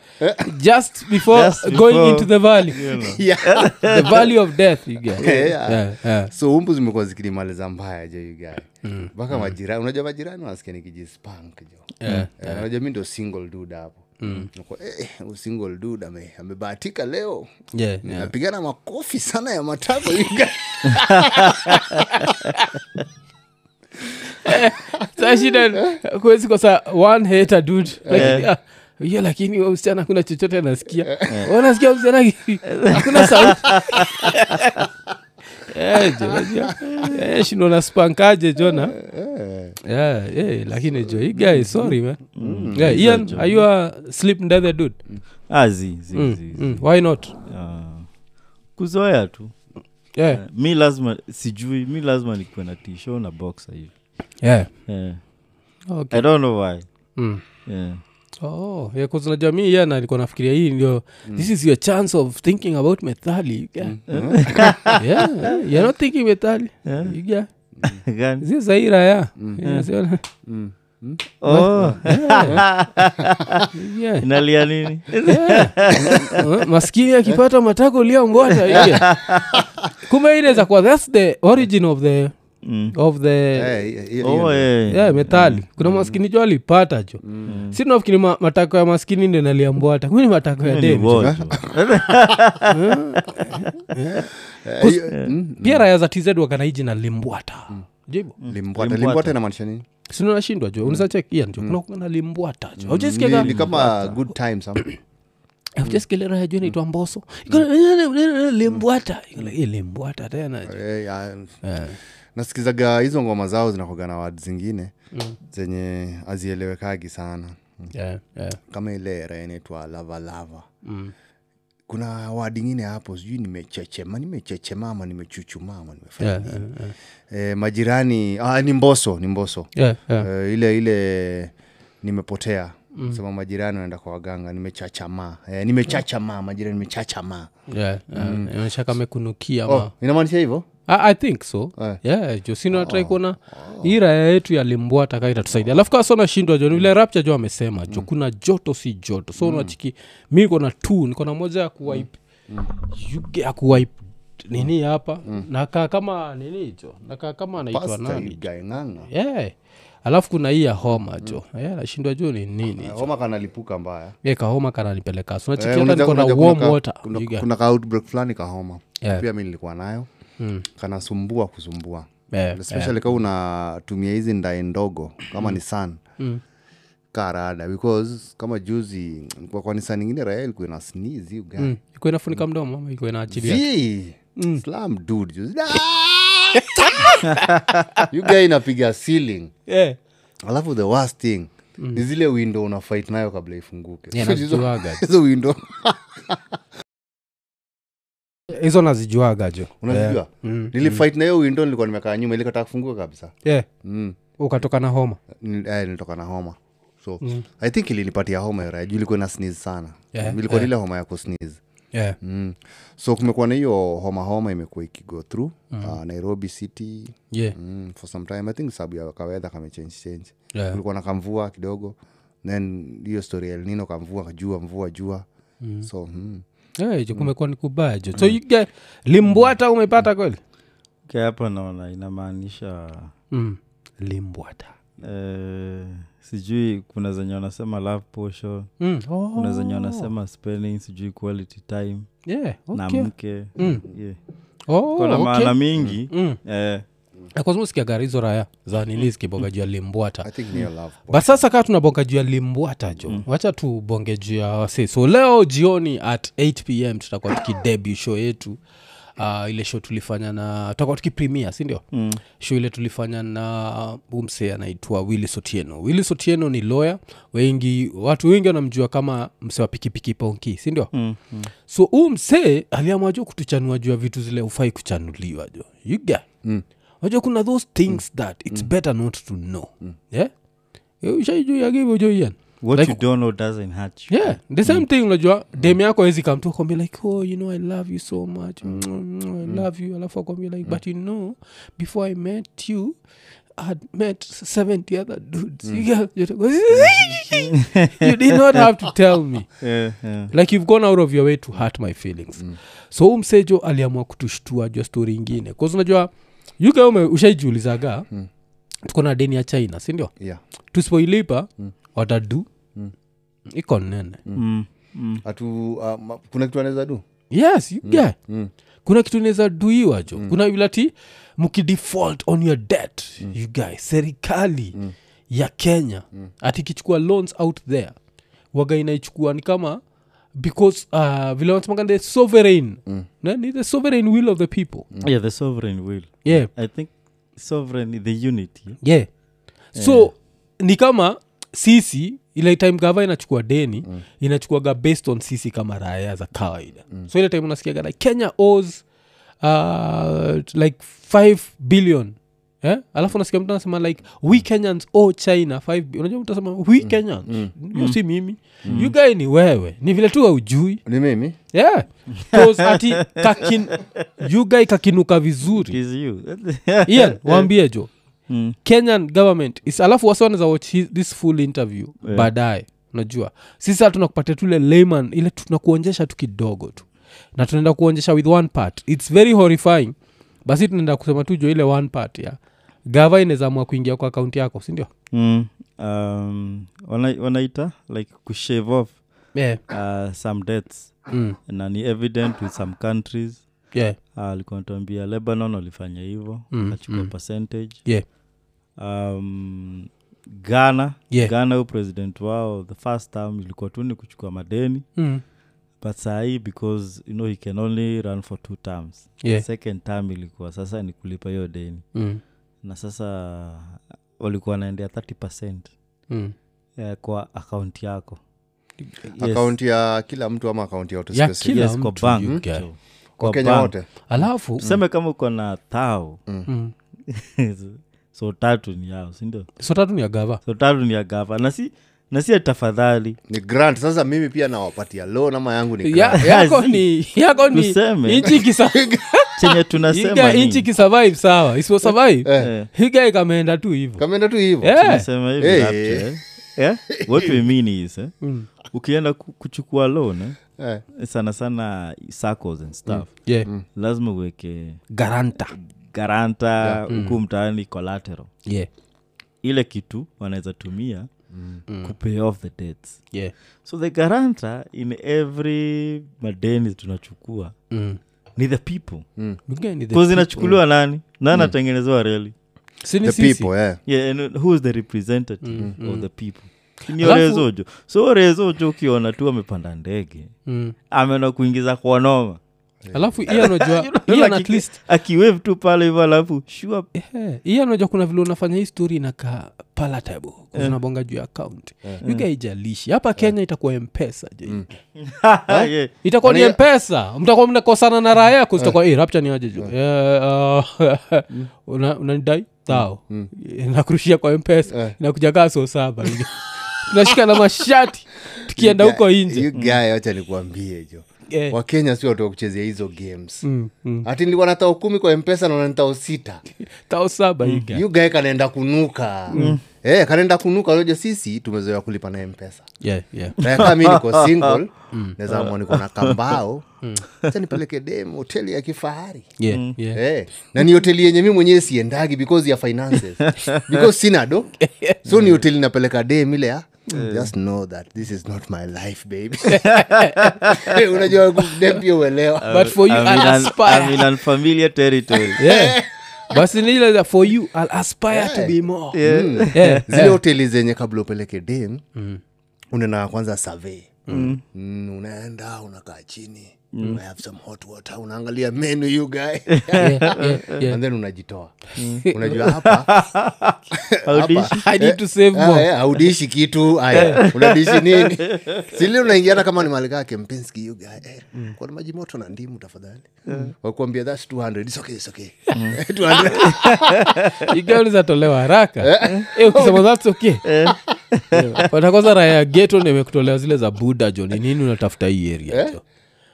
S1: just before
S3: Just
S1: going
S3: before-
S1: into the valley
S2: Yeah.
S1: the valley of death you
S2: *laughs*
S1: get
S2: Yeah.
S1: yeah, yeah.
S2: so umbu zimekuwa zikinimaliza mbaya jo yugae mpaka majirani unajua majirani wanasikia nikijispank jo
S1: Yeah,
S2: Mm. Eh, unajua mi ndo single dud hapo Niko, eh, huyu single dud ame- amebahatika leo
S1: Yeah, yeah.
S2: napigana makofi sana ya matako *laughs* yugae
S1: Sa shida ni- kuwezi kosa one hater dude Lakini, ah, hiyo lakini huyo msichana hakuna chochote anasikia Eh. Wewe unasikia msichana ki- hakuna sauti Eh, jo, jo. Eh, shindo naspankaje jona Yeah, eh, lakini jo hii guy sorry man Yeah, ian are you a sleep ndethe dude
S3: Ah, zi, zi,
S1: Mm,
S3: zi, zi.
S1: mm, why not
S3: Ah, kuzoea tu Eh,
S1: yeah,
S3: mi lazima sijui mi lazima nikuwe na tisho na boxa hivi
S1: yeah.
S3: yeah.
S1: Okay.
S3: i don't know why Eh.
S1: Mm.
S3: yeah.
S1: Oh, yeah, 'cause unajua mi yana alikuwa nafikiria hii ndio this is your chance of thinking about methali yeah. *laughs* yeah, you're not thinking methali
S3: Yeah.
S1: yeah.
S3: *laughs* Gani?
S1: zio zaira ya Yeah, sio-
S3: oh,
S1: *laughs*
S3: *laughs*
S1: yeah. *laughs*
S3: inalia nini
S1: Uh, maskini akipata matako lia mbwata yeah. kume inaweza kuwa thats the origin of the of the
S3: Oh, eh.
S1: yeah, methali kuna maskini jo alipata cho si nafikiri ma, matako ya maskini ndo naliambwata ni matako ya
S3: Ni
S1: deni
S3: vojo.
S2: Eh,
S3: eh.
S2: mm.
S1: pia raya za tz wakanaiji na limbwata jibo
S2: limbwata limbwata inamaanisha nini
S1: sinanashindwa jo unasachek ian jo kuna kuna limbwata jo aujaskiaga
S2: ni kama good time something.
S1: aujaskile raya jo naitwa mboso limbwata eh, limbwata tena jo.
S2: *coughs* Eh, ya, nasikizaga hizo ngoma zao zinakoga na wad zingine zenye azielewekagi sana
S1: Yeah, yeah.
S2: kama ile era inaitwa lavalava mm. kuna wadi ingine hapo sijui nimechechema nimechechema ama nimechuchuma ama nimefanya
S1: Yeah,
S2: nini e, majirani ah, ni mboso ni mboso
S1: yeah, yeah.
S2: Eh, ile ile nimepotea mm. sema majirani wanaenda kwa waganga nimechachamaa e, nimechachamaa majirani nimechachamaa
S1: Yeah, yeah. Inaonyesha kama amekunukia ama-
S2: oh, inamaanisha hivyo
S1: I, i think so
S2: Eh.
S1: yeah, jo
S2: Ah.
S1: sinatrai kuona hii raya yetu ya limbwata kaa itatusaidia alafu kaa sonashindwa jo ni vile rapcha jo amesema
S2: Mm.
S1: jo kuna joto si joto so unachiki mi niko na t niko na moja ya kuwipe
S2: Mm.
S1: yuge ya kuwipe nini hapa nakaa kama nini jo nakaa kama anaitwa
S2: Pasta
S1: nani
S2: igaeng'anga
S1: yeah. alafu kuna hii ya homa jo
S2: Mm.
S1: yeah, nashindwa jo ni nini
S2: Eh, homa kanalipuka mbaya
S1: yeah, kahoma kananipeleka so
S2: Eh,
S1: nachiki hata
S2: unajua-
S1: niko na
S2: unajua
S1: warm
S2: kuna ka-
S1: water
S2: kuna-
S1: you get.
S2: kuna ka outbreak fulani kahoma
S1: Yeah.
S2: pia mi nilikuwa nayo
S1: Mm.
S2: kanasumbua kusumbua
S1: Yeah,
S2: especially yeah. kaa unatumia hizi ndae ndogo kama ni san
S1: Mm.
S2: karada because kama juzi kwa kanisa ningine raya ilikuwa ina sneeze you guy.
S1: Mm. iko inafunika mdomo ama iko inaachilia
S2: Vi! Slam dude juzi. *laughs* Ah! You guy inapiga ceiling *laughs*
S1: yeah.
S2: alafu the worst thing ni zile window una fight nayo kabla ifunguke
S1: Mm. Yeah,
S2: So *laughs* hizo-
S1: nazijuaga.
S2: hizo window
S1: hizo nazijuaga jo
S2: unazijua
S1: Mm.
S2: nilifight na hiyo window nilikuwa nimekaa nyuma ilikataa kufunguka kabisa
S1: yeah.
S2: mm.
S1: ukatoka na homa Mm.
S2: Nil- eh, nilitoka na homa so i think ilinipatia homa ya raha, juu ilikuwa na sneeze sana
S1: Yeah,
S2: ilikuwa ile homa ya kusneeze
S1: yeah.
S2: mm. so kumekuwa na hiyo homa homa imekuwa ikigo through mm. uh, nairobi city
S1: Yeah.
S2: mm, for some time i think sababu ya kawedha kamechange change
S1: Yeah.
S2: kulikuwa na kamvua kidogo then hiyo story ya El nino kamvua jua mvua jua mm. so mm.
S1: Yeah, jo Eh, kumekuwa ni kubaya jo so you get- limbwata umepata kweli
S3: Ke hapa naona inamaanisha
S1: mm. limbwata
S3: eh, sijui kuna zenye wanasema love potion
S1: mm. oh.
S3: kuna zenye wanasema spelling sijui quality time
S1: yeah.
S3: na
S1: okay. Mm.
S3: mke yeah.
S1: oh,
S3: kona maana
S1: okay. Mm.
S3: mingi eh,
S1: Na kwa sababu usikiaga hizo raya za nini zikiboga juu ya limbwata
S2: i think niyo love
S1: but sasa kaa tunabonga juu ya limbwata jo wacha tubonge juu ya wase so leo jioni at 8 pm tutakuwa tukidebut show yetu uh, ile show tulifanya na tutakuwa tukipremia sindio mm. show ile tulifanya na umse anaitwa willis otieno willis otieno ni lawyer wengi watu wengi wanamjua kama mse wa pikipiki ponki sindio mm, mm. so huu msee aliamua jua kutuchanua juu ya vitu zile hufai kuchanuliwa jo yuga mm. wajua kuna those things that it's better not to know yeah? Eh, ushaijuagivojoian
S3: what
S1: Like-
S3: you don't know doesn't hurt you
S1: yeah the same thing unajua dem yako awezi kamtu akwambia like oh you know i love you so much mm. i love you alafu akwambia like but you know before i met you I had met 70 other dudes You get- you go, *laughs* you did not have to tell me
S3: Eh, eh.
S1: like you've gone out of your way to hurt my feelings mm. so huu msejo aliamua kutushtua jua story ingine bcause unajua yuka ushaijiulizaga mm. tuko na deni ya china sindio
S2: yeah
S1: tusipoilipa mm. watadu mm. iko nene mm.
S3: Mm, mm.
S2: atu uh, ma- kuna kitu anaweza du
S1: yes you get.
S2: mm.
S1: kuna kitu inaweza duiwa jo mm. kuna vilati mkidefault on your debt mm. you guys serikali mm. ya kenya mm. ati ikichukua loans out there waga inaichukua ni kama because uh, vile wanasemaga the sovereign mm. ni the sovereign will of the people mm.
S3: yeah the sovereign will
S1: yeah
S3: i think sovereign the unity
S1: yeah so ni kama sisi ile time gava inachukua deni mm. inachukuaga based on sisi kama raya za kawaida mm. so ile time unasikiaga like kenya owes uh, like 5 billion Eh? alafu unasikia mtu anasema like we kenyans o china 5 bi-" unajua mtu anasema we kenyans you si mimi you guy ni wewe ni vile tu haujui
S2: ni mimi
S1: *laughs* yeah 'Cause ati kakin, you guy kakinuka vizuri
S3: it is you *laughs*
S1: ian waambie jo
S3: Eh, Mm.
S1: kenyan government is alafu wasoaneza watch hi- this full interview
S3: Eh.
S1: yeah. baadaye unajua sisi saa tunakupatia tule layman ile tunakuonjesha tu kidogo tu na tunaenda kuonjesha with one part its very horrifying basi tunaenda kusema tu jo ile one part ya gava inawezamua kuingia kwa akaunti yako sindio
S3: mm, um, wana- wanaita like kushave off
S1: yeah.
S3: uh, some debts
S1: mm.
S3: na ni evident with some countries
S1: yeah.
S3: Uh, alikuwa anatuambia lebanon walifanya hivyo
S1: Mm,
S3: akachukua percentage
S1: yeah.
S3: um, ghana
S1: Yeah.
S3: ghana huu president wao the first time ilikuwa tu ni kuchukua madeni
S1: Mm.
S3: but sahii because you know he can only run for two terms
S1: Yeah.
S3: second term ilikuwa sasa ni kulipa hiyo deni
S1: Mm.
S3: na sasa uh, walikuwa wanaendea 30 percent eh,
S1: Mm.
S3: kwa akaunti yako
S2: akaunti ya kila mtu ama akaunti ya watu
S1: Ya
S2: specific?
S1: kila
S3: yes, kwa
S1: mtu,
S3: bank
S1: you guy.
S3: Joe.
S2: kwa
S3: Kwa
S2: kenya
S3: bank.
S2: wote
S1: alafu
S3: tuseme kama uko na thao
S1: mm.
S3: *laughs* so tatu ni yao sindio
S1: so tatu ni ya gava
S3: so tatu ni ya gava na si na si ati tafadhali
S2: ni grant sasa mimi pia nawapatia loan ama yangu ni
S1: ya,
S2: grant.
S3: *laughs*
S1: yako
S3: Kazi.
S1: ni yako ni
S3: Tuseme.
S1: inchi
S3: *laughs*
S1: kisa
S3: chenye
S1: Hii
S3: tunasema
S1: guy inchi
S3: ni-
S1: kisurvive sawa isipo survive
S2: Eh,
S3: eh,
S1: higae kameenda tu hivo
S2: kameenda tu hivo
S1: yeah.
S3: tunasema hivi
S2: Eh.
S3: Rapture, eh. Eh, what we mean is eh, ukienda ku- kuchukua loan eh,
S2: Eh,
S3: sana sana circles and stuff
S1: yeah.
S3: lazima uweke
S1: Mm. garanta
S3: garanta huku mtaani collateral
S1: yeah.
S3: ile kitu wanaweza tumia mm. kupay off the debts
S1: yeah.
S3: so the garanta in every madeni tunachukua
S1: mm.
S3: ni the people
S1: Mgeni the Mm.
S3: bcause inachukuliwa nani nani atengenezewa reli
S1: Si ni
S2: the
S1: sisi.
S2: people eh.
S3: yeah, and who is the representative of the people
S1: Mm.
S3: ni
S1: Alafu-
S3: orezojo so orezojo ukiona tu amepanda ndege
S1: Mm.
S3: ameenda kuingiza kwa noma
S1: alafu hii *laughs* anajua hii ana at least
S3: akiwave tu pale hivyo alafu sure *laughs*
S1: Eh, hii anajua kuna vile unafanya hii story inakaa palatable unabonga juu ya account yuga ijalishi hapa kenya itakuwa mpesa je
S3: Ah, Yeah.
S1: itakuwa ni
S2: Ani-
S1: mpesa mtakuwa mnakosana na raha yako zitakuwa hey, rapcha ni aje juu *laughs* Eh, uh, una- unanidai tao Eh, nakurushia kwa mpesa inakuja kaa so saba *laughs* tunashika na mashati tukienda
S2: You
S1: huko
S2: guy-
S1: inje
S2: you guy, wacha nikuambie jo
S1: Eh.
S2: wakenya si watu wa kuchezea hizo games
S1: Mm, mm.
S2: hati nilikuwa na tao kumi kwa mpesa naona nitao sita
S1: tao saba hii guy.
S2: you guy kanaenda kunuka
S1: Mm.
S2: eh, kanaenda kunuka lojo sisi tumezoea kulipa na mpesa
S1: Yeah, yeah.
S2: nakaa mi niko
S1: *laughs*
S2: single
S1: Mm.
S2: naweza amua niko na kambao acha nipeleke dem hoteli ya kifahari
S1: Yeah, yeah.
S2: *laughs* Eh, na ni hoteli yenye mi mwenyewe siendagi because ya finances
S1: *laughs*
S2: because sina do so
S1: Mm.
S2: ni hoteli napeleka dem ile ya just know that this is not my life
S1: *laughs*
S2: baby Eh, unajua dem
S1: *laughs*
S2: pia uelewa
S1: but for Oh, you
S3: I'm
S1: I'll
S3: in an-
S1: aspire.
S3: I'm in unfamiliar territory
S1: *laughs* Yeah. basi nile for you i'll aspire to be more
S3: Yeah.
S1: Yeah.
S2: mm,
S1: Mm.
S2: zile hoteli zenye kabla upeleke dem unaenda kwanza survey Mm. unaenda unakaa chini
S1: Mm.
S2: I have some hot water unaangalia menu you
S1: *laughs*
S2: guy
S1: Yeah, yeah, yeah. Mm.
S2: and then unajitoa
S1: *laughs*
S2: unajua hapa
S3: Audition.
S1: i need to save
S2: ah,
S1: more
S2: eh, haudishi
S1: *laughs*
S2: kitu haya unadishi nini sili unaingiana kama ni mali kake mpinski you guy eh,
S1: Mm.
S2: kuna maji moto na ndimu tafadhali wakuambia thats 200 It's okay, it's okay.
S1: Mm. *laughs*
S2: *laughs* 200
S1: igaulizatolewa haraka Eh, ukisema that's okay Eh, watakosa raya ya geto nimekutolewa zile za buda jo ni nini unatafuta hii
S2: Eh.
S1: area jo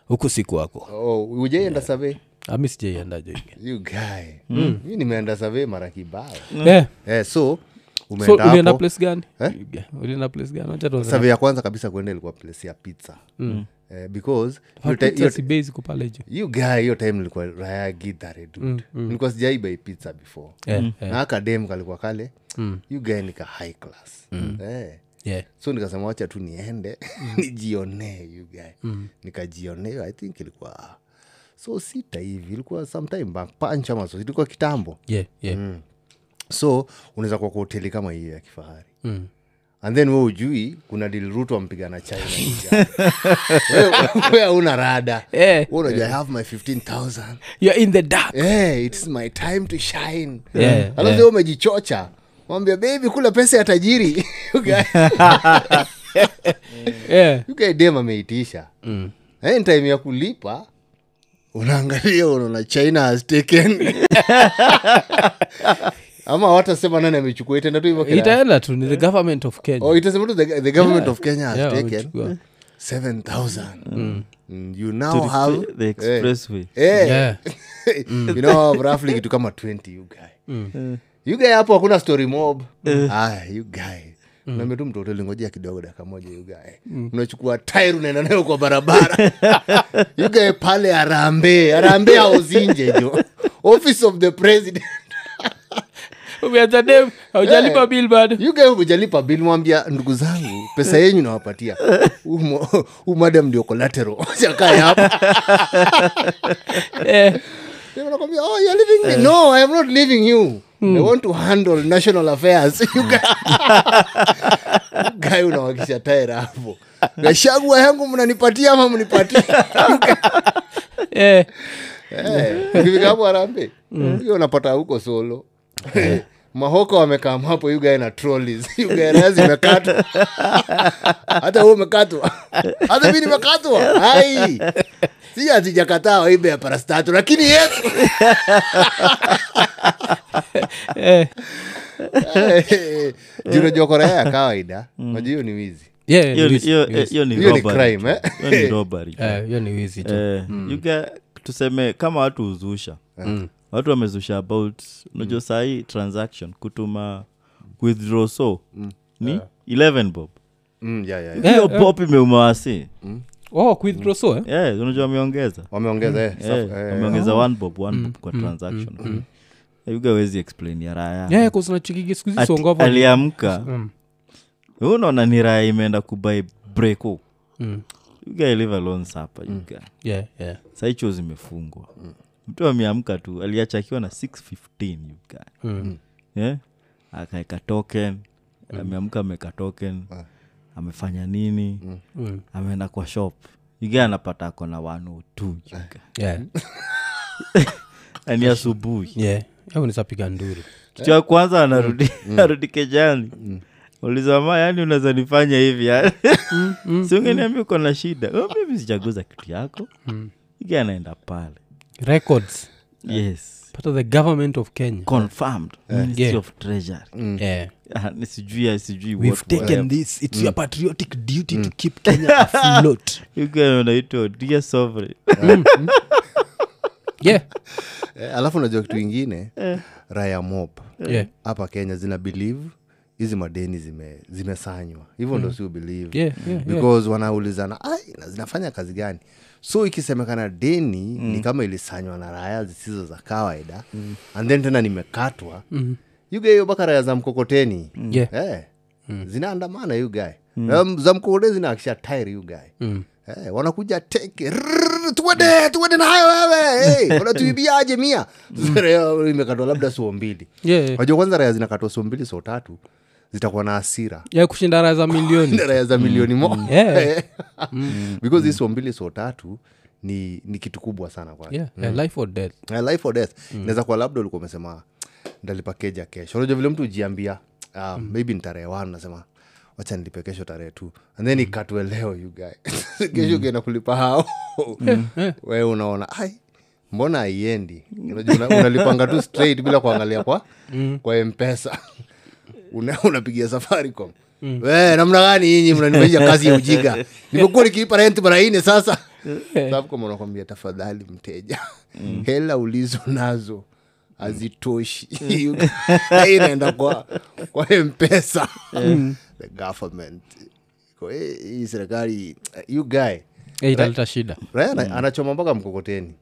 S1: huku siku wako Ah,
S2: oh, ujaienda survey
S1: ami sijaienda jo ingine.
S2: you guy
S1: Mm.
S2: mi nimeenda survey mara kibao
S1: Eh,
S2: eh, so
S1: so
S2: umeenda
S1: ulienda
S2: hapo. Eh?
S1: place gani ulienda place gani Wacha tuanze na-
S2: survey ya kwanza kabisa kuenda ilikuwa place ya pizza eh, because hiyo ti-
S1: Mm. Pizza
S2: hiyo-
S1: si base iko pale jo
S2: you guy hiyo time nilikuwa raya githare dude
S1: Mm,
S2: nilikuwa sijai buy pizza before Mm.
S1: Eh, eh,
S2: na akadem kalikuwa kale
S1: Mm.
S2: you guy nika high class eh.
S1: yeah.
S2: so nikasema wacha tu niende *laughs*
S1: Mm.
S2: nijionee you guy nikajionee i think ilikuwa so sita hivi ilikuwa sometime back panch ama so ilikuwa kitambo
S1: Yeah, yeah.
S2: Mm. so unaweza kuwa kwa hoteli kama hiyo ya kifahari
S1: Mm.
S2: and then we ujui kuna dilruto ampigana china nje yake. *laughs* Wewe- wewe hauna rada
S1: Eh,
S2: Wewe unajua i have my 15000
S1: you're in the dark
S2: Eh, it's my time to shine
S1: Yeah,
S2: alafu
S1: yeah.
S2: wewe umejichocha mwambia bebi kula pesa ya tajiri *laughs*
S1: Yeah.
S2: ukaidem ameitisha mm. time ya kulipa unaangalia unaona china has
S1: *laughs*
S2: taken ama watasema nani amechukua itenda tu hivyo kila- Eh.
S1: itaenda tu ni the government of kenya
S2: Oh, itasema tu the, the government of kenya has
S1: Yeah,
S2: taken
S1: wamechukua.
S2: 7000 Mm, you now
S3: To the-
S2: have
S3: the expressway
S2: eh,
S1: Yeah.
S2: *laughs* you know roughly kitu kama 20 you guy you guy hapo hakuna story mob ah, you guy naambia tu mtoto lingojea kidogo dakika moja you guy unachukua tairi unaenda nayo kwa barabara *laughs* you guy pale *laughs* arambe arambe auzinje jo office of the president
S1: umeanzadem
S2: Eh.
S1: haujalipa bil bado
S2: you guy umejalipa bill mwambia ndugu zangu pesa yenyu nawapatia umadam ndio collateral *laughs* chakae hapa
S1: Eh,
S2: They were like, oh you're leaving me no i am not leaving you i want to handle national affairs *laughs* You guy- You guy unawakisha taera hapo gashagua yangu mnanipatia ama mnipatia
S1: eh.
S2: Eh, ukifika hapo arambe hiyo unapata huko solo *laughs* mahoka wamekaa hapo yugae na trolleys *laughs* yugae nayo zimekatwa hata huo umekatwa hata mi nimekatwa ai si hatijakataa waibe ya parastatu lakini yesu
S1: Eh,
S2: Eh. jirojua korea ya kawaida najua hiyo ni wizi
S1: yeah, ni
S3: Hiyo ni-
S1: wizi,
S3: hiyo- eh,
S1: ni wizi.
S3: hiyo ni
S2: Hiyo ni
S3: robbery
S2: crime,
S3: tu.
S2: eh?
S1: *laughs*
S3: Hiyo ni robbery tu.
S1: Eh, hiyo ni wizi tu.
S3: Eh, you get- tuseme kama watu huzusha
S1: Mm.
S3: watu wamezusha about unajua sahii transaction kutuma withdraw so ni 11 bob
S2: mm, yeah, yeah, yeah.
S1: Eh,
S3: hiyo
S1: eh.
S3: bob imeumawasi
S1: Oh, kuidraw so, eh?
S3: Eh, unajua wameongeza
S2: wameongeza eh,
S3: Eh,
S2: saf- eh,
S3: wameongeza one bob one
S1: Mm.
S3: bob kwa transaction Eh, you guys hawezi explain ya raha
S1: Yeah, 'cause nachikigi siku hizi
S3: Ati-
S1: songovo.
S3: aliamka
S1: Mm.
S3: Wewe unaona ni raha imeenda kubai breko
S1: Mm.
S3: You guy live alone sapa you guy.
S1: Yeah, yeah.
S3: saicho zimefungwa mtu ameamka tu aliachakiwa na 615 you guy. yeah? akaeka token ameamka ameka token amefanya nini ameenda kwa shop iga anapata ako na 102 you guy.
S1: Yeah,
S3: Na ni asubuhi
S1: yeah. Hebu nisapiga nduru
S3: kitu ya kwanza anarudi anarudi kejani ulizama yani unaweza nifanya hivi yani *laughs* siungeniambia uko na shida "Oh, mimi sijaguza kitu yako iga anaenda pale
S1: records
S3: yes
S1: pata the government of kenya
S3: confirmed
S2: Eh.
S3: ministry
S1: Yeah.
S3: of treasury
S2: Mm.
S1: yeah.
S3: Ah, ni sijui sijui
S1: we've
S3: what-
S1: taken
S3: what-
S1: this it's your patriotic duty to keep kenya afloat
S3: You guy unaitwa dear sovereign
S1: yeah
S2: eh, alafu najua kitu ingine raya mop
S1: yeah
S2: hapa kenya zina believe hizi madeni zime- zimesanywa hivyo ndo si ubelieve
S1: Yeah, yeah,
S2: because wanaulizana "Ai, na zinafanya kazi gani so ikisemekana deni
S1: Mm.
S2: ni kama ilisanywa na raya zisizo za kawaida and then tena nimekatwa mm. hiyo baka raya za mkokoteni
S1: Mm-hmm. Mm. Yeah. Mm.
S2: eh, zinaandamana you guy Um, za mkokoteni zinaakisha tire you guy
S1: Mm.
S2: eh, wanakuja teke rrrr, tuende tuende nayo wewe
S1: *laughs*
S2: hey, wanatuibiaje mia Raya imekatwa labda soo mbili
S1: Mm. yeah, yeah.
S2: wajua kwanza raya zinakatwa so mbili so tatu zitakuwa na hasira
S1: yeah kushinda raha za
S2: *laughs*
S1: milioni
S2: raya za milioni moja
S1: Mm,
S2: *laughs*
S1: Yeah. Mm.
S2: because hii so mbili so tatu ni, ni kitu kubwa sana kwa
S1: yeah, Mm. yeah life or death
S2: yeah. life or death inaweza kuwa labda ulikuwa umesema ndalipa keja kesho unajua vile mtu ujiambia uh,
S1: Mm.
S2: maybe ni tarehe wanu nasema wacha nilipe kesho tarehe tu and
S1: Mm.
S2: then ikatwe leo you guy *laughs* kesho ukienda kulipa
S1: *laughs*
S2: hao wewe unaona ai mbona aiendi unajua una- unalipanga tu straight bila kuangalia kwa
S1: Mm.
S2: kwa mpesa *laughs* Una- unapigia safaricom we namna gani nyinyi mnanimaisha kazi ya ujiga nimekuwa nikilipa rent mara ine sasa safaricom wanakwambia tafadhali mteja hela ulizo nazo hazitoshi *laughs* inaenda kwa kwa mpesa *laughs* the government Kwa hii- hii serikali you guy
S1: yeah, italeta shida
S2: Ryan anachoma mpaka mkokoteni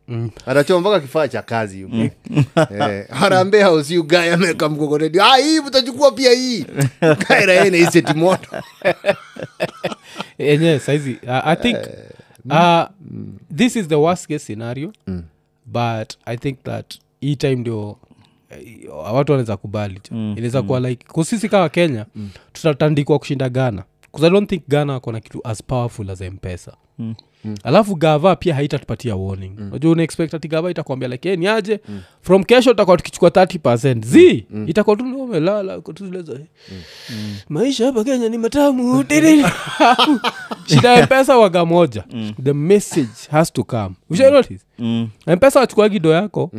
S2: anachoma mpaka kifaa cha kazi mm. *laughs* eh, harambe house you guy ameweka mkokoteni ah, hii mtachukua pia hii kairaene iseti moto
S1: yenyewe saizi uh, i think uh, this is the worst case scenario but i think that hii time ndio eh, watu wanaweza kubali tu inaweza kuwa like kusisi kawa kenya tutatandikwa kushinda ghana 'Cause i don't think ghana akona kitu as powerful as mpesa alafu gava pia haitatupatia warning unajua unaexpect ati gava itakwambia like hey, niaje from kesho tutakuwa tukichukua 30 z itakuwa tu leo umelala uko tu zile za- maisha hapa kenya ni matamu *laughs* Tiriri. shida ya mpesa waga moja the message has to come Ushai notice?
S3: Mm.
S1: mpesa wachukua gido yako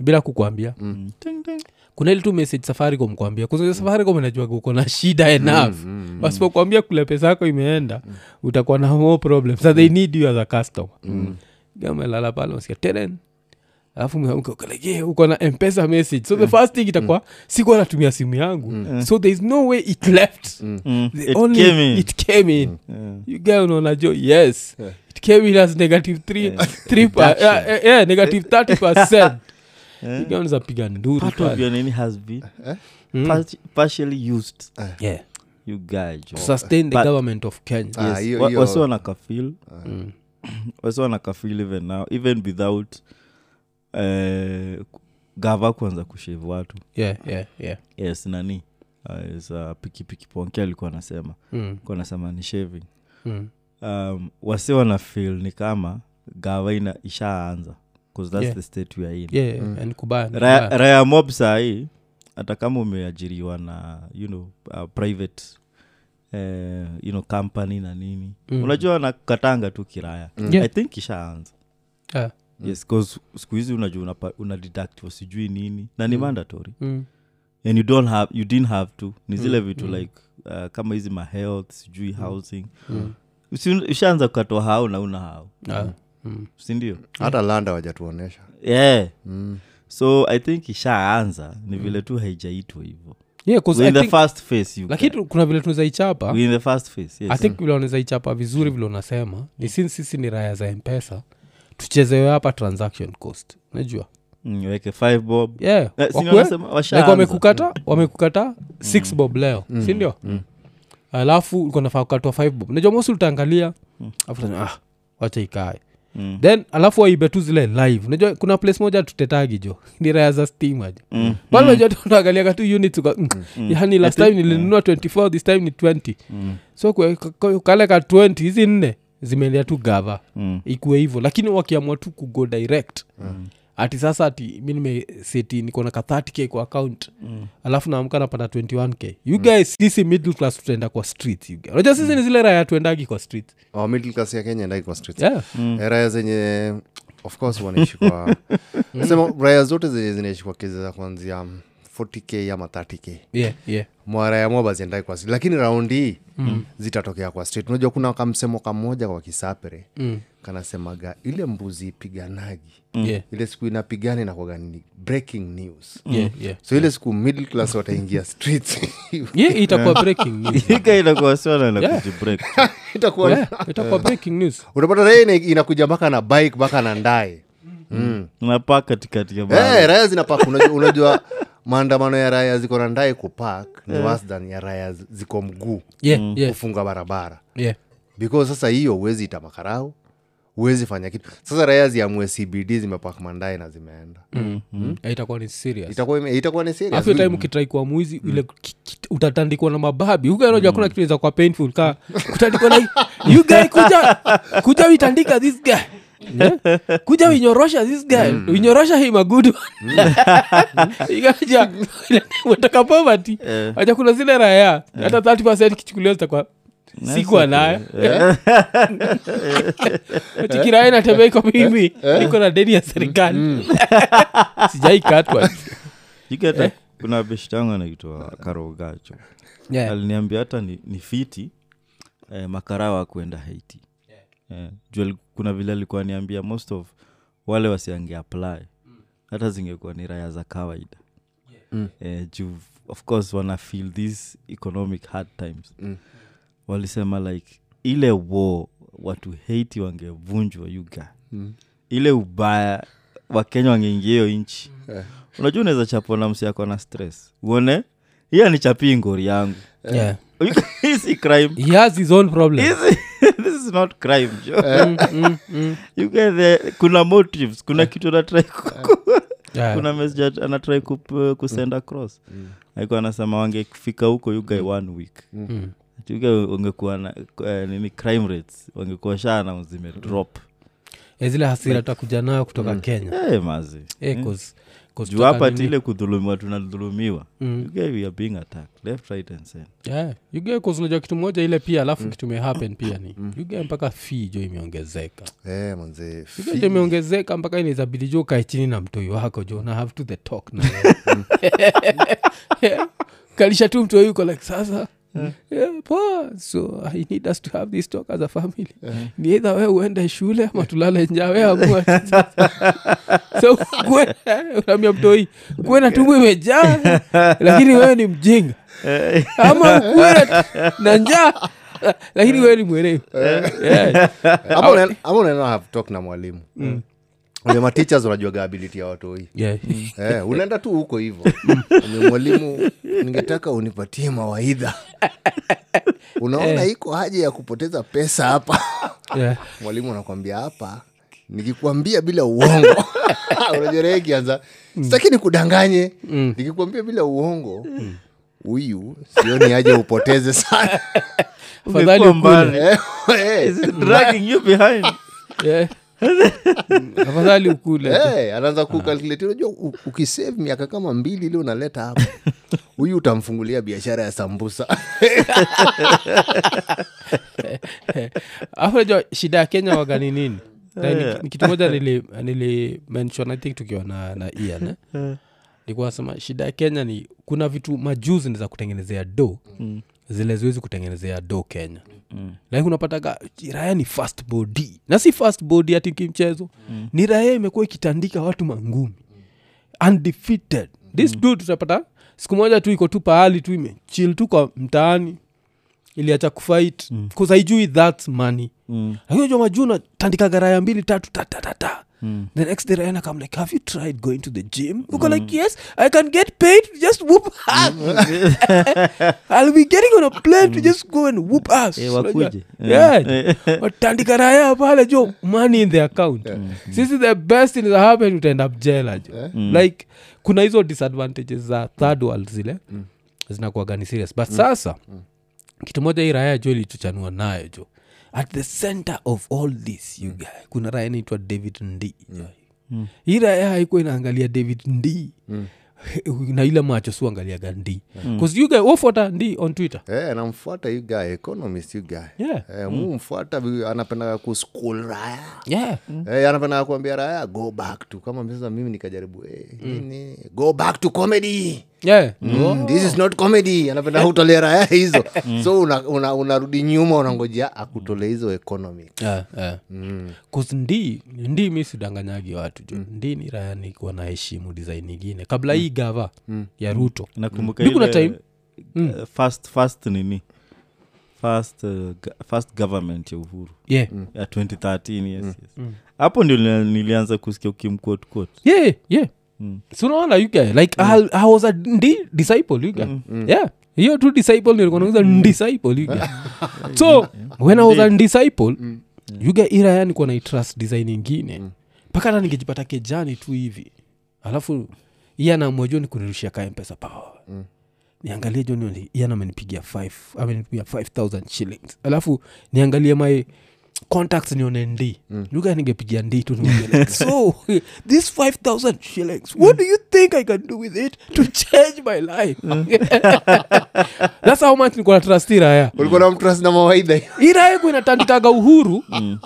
S1: bila kukwambia
S3: *laughs* Ting, ting.
S1: kuna ile tu message safaricom kuambia kuzaa safaricom inajuaga uko na shida enough wasipokuambia kule pesa yako imeenda utakuwa na more problem so they need you as a customer gamelala pale unasikia teren alafu meamka ukalege uko na mpesa message so the first thing itakuwa sikuwa natumia simu yangu so there is no way it left
S3: Mm.
S1: The
S3: It
S1: only-
S3: came in. Mm.
S1: it came in
S3: Yeah.
S1: you guy unaona jo yes *laughs*
S3: *laughs*
S1: it came in as negative three, three per, yeah, yeah, negative 30 percent iganaza piga nduru
S3: part of
S1: pale.
S3: your nini has been
S2: Eh?
S1: Mm.
S3: parti- partially used
S1: Yeah.
S3: you guy jo.
S1: To sustain the
S3: Oh. But-
S1: government of kenya Mm.
S2: Ah,
S3: Yes,
S2: hiyo-
S3: wa-
S2: hiyo-
S3: wasi wanakafil wasi wanakafil even now even without eh, ku- gava kuanza kushave watu
S1: yeah, yeah, yeah.
S3: yes nani uh, is, uh, pikipiki ponke alikuwa anasema
S1: Mm,
S3: alikuwa anasema ni shaving
S1: mm.
S3: um, wasi wanafil ni kama gava ina ishaanza 'cause that's
S1: Yeah.
S3: the state we are in
S1: Yeah, yeah, yeah, ni kubaya, ni
S3: raya,
S1: kubaya.
S3: raya mob sahii hata kama umeajiriwa na you know, uh, private eh, you know, company na nini mm. unajua nakatanga tu kiraya mm.
S1: Yeah.
S3: i think ishaanza
S1: Ah,
S3: yes cause siku hizi unajua una, una deduct wasijui nini na ni mandatory
S1: mm,
S3: and you don't have you didn't have to ni zile vitu like uh, kama hizi ma health sijui
S1: Mm.
S3: housing Usi- ushaanza kukatwa hao na una hao
S1: ah, mm.
S3: sindio
S2: hata landa Mm. wajatuonyesha
S3: yeah so i think ishaanza ni vile tu haijaitwa hivyo
S1: Yeah, 'cause Mm. I
S3: in the
S1: think-
S3: first phase you
S1: lakini kuna vile tunazaichapa
S3: can. in the Mm. first phase yes.
S1: i think vile wanazaichapa vizuri vile unasema ni since sisi ni raya za mpesa tuchezewe hapa transaction cost najua
S3: mm, weke five bob
S1: yeah
S3: Eh, si
S1: wakue-
S3: wanasema
S1: like
S3: washaanza. *laughs* Mm.
S1: wamekukata wamekukata six bob leo sindio alafu ulikuwa nafaa kukatwa five bob najua mosi utaangalia afu utasema, ah, wacha ikae
S3: Mm.
S1: then alafu waibe tu zile live najua kuna place moja tutetagi jo *laughs* ni raya za stima jo
S3: Mm. Yaani
S1: pale najua tunaangaliaga tu units uka- *laughs* mm. yani last time nilinunua 24 this time ni 20
S3: Mm.
S1: so kwe- ka- ka- kale ka 20 hizi nne zimeendea tu gava
S3: Mm.
S1: ikuwe hivyo lakini wakiamua tu kugo direct mm. ati sasa ati mi nimeseti niko na ka 30k kwa account mm. alafu naamka napata 21k you guys sisi middle class tutaenda kwa street you guys. unajua sisi ni zile raya tuendagi kwa street
S2: Oh, middle class ya kenya ndai kwa streets
S1: yeah.
S2: raya Mm. zenye of course wanaishi kwa sema raya zote zenye zinaishi kwa kezi za kuanzia mm, 40k ama 30k
S1: Yeah, yeah.
S2: mwaraya moba ziendai kwa street lakini raundi hii mm. zitatokea kwa street unajua kuna kamsemo kamoja kwa kisapere mm. kanasemaga ile mbuzi ipiganagi
S1: Yeah,
S2: ile siku inapigana inakwaga ni breaking news
S1: yeah, yeah.
S2: so ile siku middle class wataingia streets *laughs*
S1: Yeah, itakuwa breaking news *laughs*
S3: Hika inakuwa sana na
S1: Yeah.
S3: kujibreak.
S2: itakuwa
S1: Yeah, Mm. itakuwa breaking news
S2: unapata raya ina- inakuja mpaka na bike mpaka na ndae
S3: unapaa katikati ya
S2: hey,
S3: bara
S2: raya zinapak unajua, unajua maandamano ya raya ziko na ndae kupak ni worse than ya raya z- ziko mguu
S1: yeah, yeah,
S2: kufunga barabara
S1: yeah.
S2: because sasa hiyo huwezi ita makarau huwezi fanya kitu sasa raya ziamue cbd zimepak mandae na zimeenda
S1: Yeah, itakuwa ni serious
S2: itakuwa ime- itakuwa ni serious.
S1: afyo time ukitrai kuwa mwizi ile ki- ki- utatandikwa na mababi ugaja kuna kitu inaweza kuwa painful ka kutandikwa na you guy kuja kuja uitandika this guy Yeah? kuja winyorosha this guy winyorosha hii magudu *laughs* igaja wataka poverty aja kuna zile raya hata 30 kichukuliwa zitakuwa sikuwa nayo *laughs* chikiraa inatembea iko mimi niko na deni ya *laughs* serikali sijaikatwa
S3: You get that?
S1: Eh.
S3: kuna beshtangu anaitwa karogacho
S1: Yeah.
S3: aliniambia hata ni, ni fiti eh, makarawa kuenda haiti eh, juu ali- kuna vile alikuwa niambia most of wale wasiangeapply hata zingekuwa ni raya za kawaida eh, juu of course wana feel these economic hard times walisema like ile wo watu haiti wangevunjwa yuga ile ubaya wakenya wangeingia hiyo nchi unajua unaweza chapwa na msi yako na stress uone hii anichapii ngori yangu
S1: Yeah.
S3: Hii si crime
S1: he has his own problem
S3: Hii si- *laughs* this is not crime jo you get the, kuna motives kuna kitu anatrai
S1: Yeah.
S3: kuna message anatrai kusend uh, across alikuwa anasema wangefika huko you guy one week You guy wangekuwa na eh, nini crime rates wangekuwa shana zimedrop
S1: Eh, zile
S3: Mm.
S1: hasira takuja nayo kutoka kenya
S3: Eh, mazi
S1: Eh, 'cause- 'cause
S3: juu
S1: kutoka
S3: hapa
S1: nini-
S3: tile kudhulumiwa tunadhulumiwa you guy we are being attacked left right and
S1: *laughs*
S3: center
S1: Yeah. You get 'cause unajua kitu moja ile pia alafu
S3: Mm.
S1: kitu imehappen pia ni You get mpaka fee jo imeongezeka
S2: Eh, manze,
S1: You
S2: fi-
S1: get jo imeongezeka mpaka inawezabidi jo ukae chini na mtoi wako jo na have to the talk na Yeah. kalisha tu mtoi uko like sasa Yeah, poa. so i need us to have this talk as a family ni either we uende shule ama tulale njawe amua *laughs* so kwe- unaambia mtoi kuwe na tumbo imejaa lakini wewe ni mjinga ama kuwe na- na njaa lakini wewe ni mwerevu yeah.
S2: ama unaenda- ama unaenda have talk na mwalimu Wale ma teachers wanajuaga ability ya watoi
S1: yeah.
S2: eh, unaenda tu huko hivo Ame, mwalimu ningetaka unipatie mawaidha unaona iko haja ya kupoteza pesa hapa
S1: yeah.
S2: mwalimu anakwambia hapa nikikwambia bila uongo *laughs* unajerehe kianza sitaki nikudanganye
S3: Mm.
S2: nikikwambia bila uongo huyu sioni haja upoteze sana *laughs*
S1: Fadhali
S3: Umekuwa
S1: ukule.
S3: mbali.
S2: Eh, eh,
S3: Is it dragging you behind
S1: Yeah. afadhali ukule
S2: Eh, anaanza kukalkulate unajua u- ukisave miaka kama mbili ili unaleta
S3: *laughs*
S2: hapa huyu utamfungulia biashara ya sambusa *laughs*
S1: afunajua Eh, shida ya kenya waga ni nini Na ni- ni kitu moja nili, nili mention, I think tukiwa na, na Ian, eh. nilikuwa nasema shida ya kenya ni kuna vitu majuzi ni za kutengenezea do mm. zile ziwezi kutengenezea do kenya mm. lakini unapataga raya ni fast body na si fast body ati kimchezo mm. ni raya imekuwa ikitandika watu mangumi undefeated this mm. dude utapata siku moja tu iko tu pahali tu imechil tu kwa mtaani iliacha kufight mm. haijui that money mm. lakini jama juu natandikaga raya mbili tatu tatatata Mm. the next day Ryan come like have you tried going to the gym uko like yes i can get paid to just whoop ass i'll be getting on a plane to just go and whoop ass
S3: Eh, wakuje.
S1: yeah watandika raya pale jo money in the account sisi the best in the happen utaend up jela jo like kuna hizo disadvantages za third world zile zinakuwaga ni serious but sasa kitu moja hii raya jo ilituchanua nayo jo at the center of all this you guy, kuna raya inaitwa david ndi mm. hii raya haikuwa inaangalia david ndi *laughs* na ile macho si uangaliaga ndi bcause you guy wofota ndi on twitter
S2: Eh, anamfuata yu guy economist yu guy
S1: yeah
S2: Eh, mu mfuata vi- anapendaga kuschool raya
S1: yeah
S2: eh, anapendaga kuambia raya go back to kama sasa mimi nikajaribu eh, nini go back to comedy
S1: yeah
S2: Mm, this is not comedy Yaani anapenda utolea raya hizo so unarudi una, unarudi nyuma unangojea akutole hizo economic
S1: Yeah, yeah. Cause ndi ndi mi sidanganyagi watu jo ndi ni raya nikuwa na heshimu design ingine kabla hii gava ya ruto
S3: nakumbuka
S1: Niko na
S3: ile,
S1: time. Mm.
S3: uh, first first nini first, uh, go- first government ya uhuru
S1: yeah.
S3: ya 2013 yes,
S1: Mm.
S3: yes. hapo ndio nili- nilianza kusikia ukimkotkot
S1: yeah yeah so unaona you guy like I'll- i was a ndi disciple you guy yeah hiyo tu disciple nilikonauza disciple you guy so when i was a disciple you guy ira yani kuwa na trust design ingine mpaka hata ningejipata kejani tu hivi alafu iyanamwajua nikunirushia kaempesa pawa niangalie joni ian amenipigia 5 amenipigia 5000 shillings alafu niangalie my contacts nione ndi mm. luga ningepigia ndi tu niwaambie like, so this 5000 shillings what do you think i can do with it to change my life *laughs* that's how much nikuwa trastiraya
S2: ulikuwa na mtrust na mawaidha hiyo
S1: ira iku inatandikaga uhuru
S2: Mm.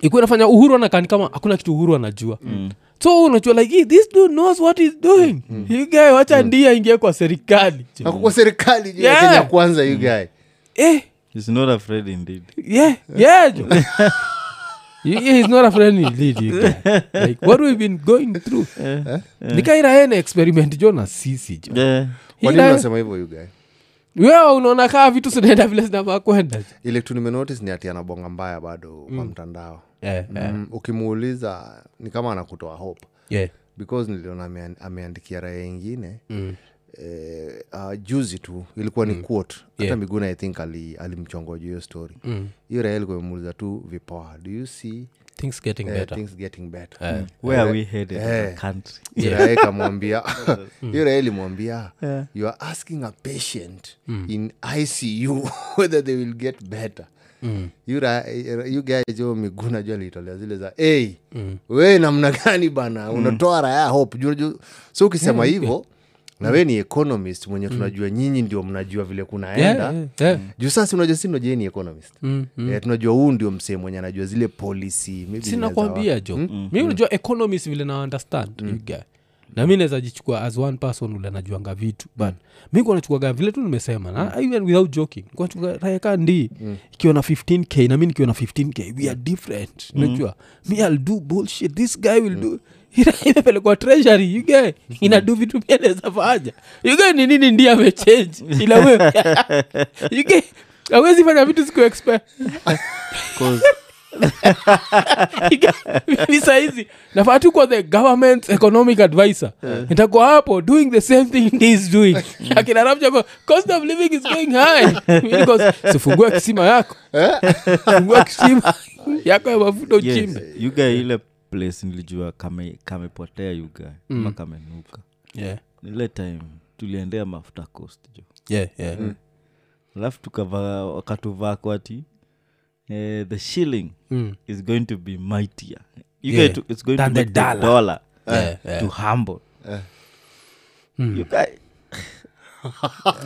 S1: iku inafanya uhuru anakani kama hakuna kitu uhuru anajua
S2: Mm.
S1: so unajua like "Hey, this dude knows what he's doing
S2: Mm.
S1: you guy wacha ndi aingie kwa serikali
S2: Na kwa serikali juu ya
S1: Yeah.
S2: kenya kwanza you guy
S1: eh
S3: is not afraid indeed
S1: yeah, yeah.
S2: *laughs*
S1: Joe. He- he's not a friendly lead you guy. like what we've been going through
S2: Eh,
S1: nikairaena experiment jo na sisi jo
S3: yeah.
S2: Kwa nini unasema hivyo you guy
S1: wewe unaona kaa vitu zinaenda vile zinavaa kwenda jo.
S2: ile tu nimenotice ni ati anabonga mbaya bado kwa mtandao
S1: Eh, eh,
S2: mm, ukimuuliza ni kama anakutoa hope
S1: yeah.
S2: because niliona amean- ameandikia raya ingine mm. eh, uh, juzi tu ilikuwa ni quote hata
S1: Mm. Yeah. Mm.
S2: miguna i think ali- alimchongoja hiyo story hiyo raya ilikuwa imemuuliza tu vipoa do you see
S1: things getting
S2: eh,
S1: better Eh.
S2: things getting better yeah.
S3: where are we headed as a country
S2: Raya ikamwambia *laughs* hiyo Raya ilimwambia you are asking a patient in ICU *laughs* whether they will get better Hiyo Raya- hiyo guy jo miguna jo aliitolea zile za hey, we namna gani bana unatoa raya hope Ju- ju- so ukisema hivyo na we ni economist mwenye tunajua nyinyi ndio mnajua vile
S1: Yeah,
S2: kunaenda
S1: yeah, yeah.
S2: juu sasa unajua si mnajua yeye ni economist Eh, tunajua huu ndio msee mwenye anajua zile policy maybe inaweza wa-
S1: sinakwambia jo mi unajua economist vile na understand you guy. na mi naweza jichukua as one person ule anajuanga vitu but mi kunachukuaga vile tu nimesema na even without joking kunachukuaga raeka ndi ikiwa na 15k na mi nikiwa na 15k we are different unajua mi ill do bullshit this guy will *laughs* do imepelekwa treasury you guy inadu vitu mieleza faja you guy ni nini ndi amechange ila *laughs* we you guy awezi fanya vitu siku expect
S3: 'Cause
S1: hivi sahizi nafaa tu kwa the government economic advisor nitakuwa hapo doing the same thing *laughs* he is doing akina ramchako cost of living is going high Mimi niko, sifungua kisima yako fungua kisima yako ya mafuta
S3: yes,
S1: uchimbe
S3: yuga ile place nilijua kame- kamepotea yuga ama
S1: Mm.
S3: kamenuka
S1: yeah.
S3: ile time tuliendea mafuta coast jo
S1: yeah, yeah. mm.
S3: alafu tukavaa wakatuvaa kwati eh, the shilling
S1: Mm.
S3: is going to be mightier you
S1: Yeah.
S3: get to, it's going
S1: Than the
S3: to make the
S1: dollar.
S3: dollar
S1: Yeah, yeah. Mm.
S3: to humble You guy-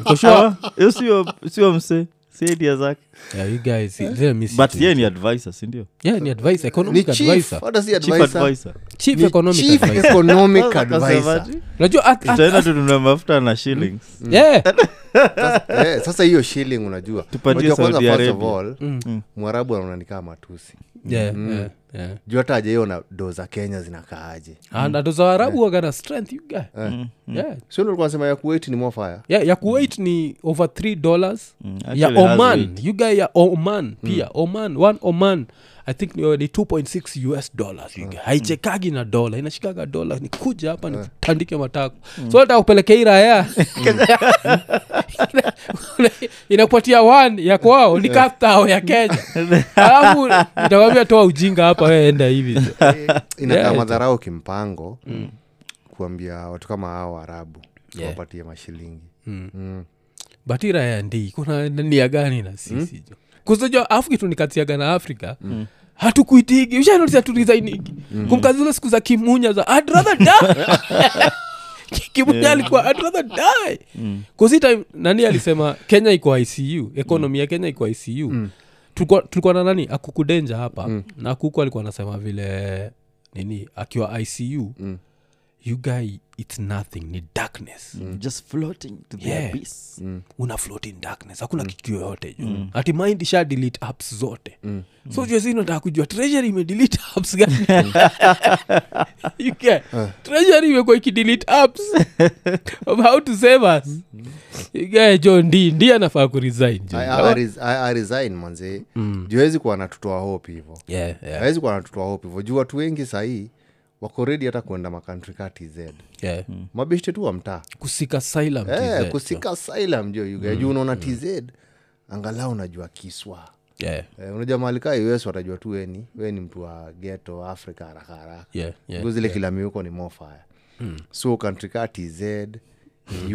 S1: For sure. *laughs*
S3: Ah, hiyo sio- sio mse si idea zake
S1: yeah, you guys let me see
S3: but
S1: to-
S3: yeye ni advisor sindio
S1: yeah, ni advisor
S2: ni
S1: economic
S2: chief
S1: advisor
S2: hata si
S3: chief
S1: *laughs*
S2: advisor
S3: advisor
S1: chief
S2: Ni
S1: economic
S2: chief
S1: advisor
S2: economic
S3: Sasa
S2: advisor
S3: akasemaje?
S1: unajua at, at,
S3: tutaenda tununue mafuta na shillings
S1: yeah.
S2: eh, sasa hiyo shilling unajua
S3: Tupatie
S2: Unajua kwanza
S3: Saudi
S2: first of
S3: Arabia.
S2: all
S1: Mm.
S2: mwarabu anaonanikaa matusi
S1: Yeah, yeah, yeah.
S2: juu hata ajaiona do za kenya zinakaaje
S1: and atoza waarabu wagana strength you guy yeah.
S2: sinasema ya kuwait ni
S3: *laughs*
S2: mofaya
S1: yeah, ya kuwait ni over 3 dollars ya
S3: Mm, actually has Mm.
S1: oman
S3: weight.
S1: you guy ya oman pia oman one oman i think ni ni 2.6 us dollars
S3: Mm.
S1: you guy. haichekagi na dola inashikaga dola ni kuja hapa nikutandike matako
S3: Mm.
S1: so hata kupelekea hii raya *laughs* inakupatia one ya kwao ni kaftao ya
S3: *laughs*
S1: kenya alafu itakwambia toa ujinga hapa we enda hivi
S2: inakaa
S1: Yeah.
S2: Eh,
S1: Mm.
S2: madharau kimpango kuambia watu kama hao waarabu wapatie mashilingi
S1: batira ya ndii kuna nia gani na sisi jo kusojo afu kitu nikatiaga na afrika hatukuitigi ushanotisa turizainigi kumkazi zile siku za kimunya za "I'd rather die." kimunya alikuwa "I'd rather die." 'Cause hii time nani alisema kenya iko icu ekonomi ya kenya iko icu Tulikuwa- tulikuwa na nani akukudenja hapa na akuku alikuwa anasema vile nini akiwa icu you guy its nothing ni darkness
S3: just floating to the
S1: Yeah.
S3: abyss
S1: una float in darkness hakuna kitu yoyote juu mm. ati mind isha delete apps zote mm. so juesi nataka kujua treasury imedelete apps
S2: *laughs*
S1: gani You get?
S2: Eh.
S1: treasury imekuwa ikidelete
S2: *laughs*
S1: apps of how to save us You get, jo ndi ndi anafaa kuresign jo.
S2: I- I- I res- I- I resign manzee juu hawezi kuwa anatutoa hope hivo
S1: Yeah, Mm. yeah,
S2: hawezi kuwa anatutoa hope hivo juu watu wengi sahii wako redi hata kuenda makantri ka tz
S1: yeah.
S2: mabishte tu wa mtaa
S1: kusika silent
S2: Mm. Eh,
S1: is, eh,
S2: kusika silam jo yuga juu unaona tz angalau unajua kiswa
S1: yeah,
S2: eh, unajua mahali kaa us watajua tu weni weni mtu wa geto afrika haraka haraka
S1: yeah, yeah.
S2: yeah, zile yeah. kila miuko ni mofaya mm. so kantri ka tz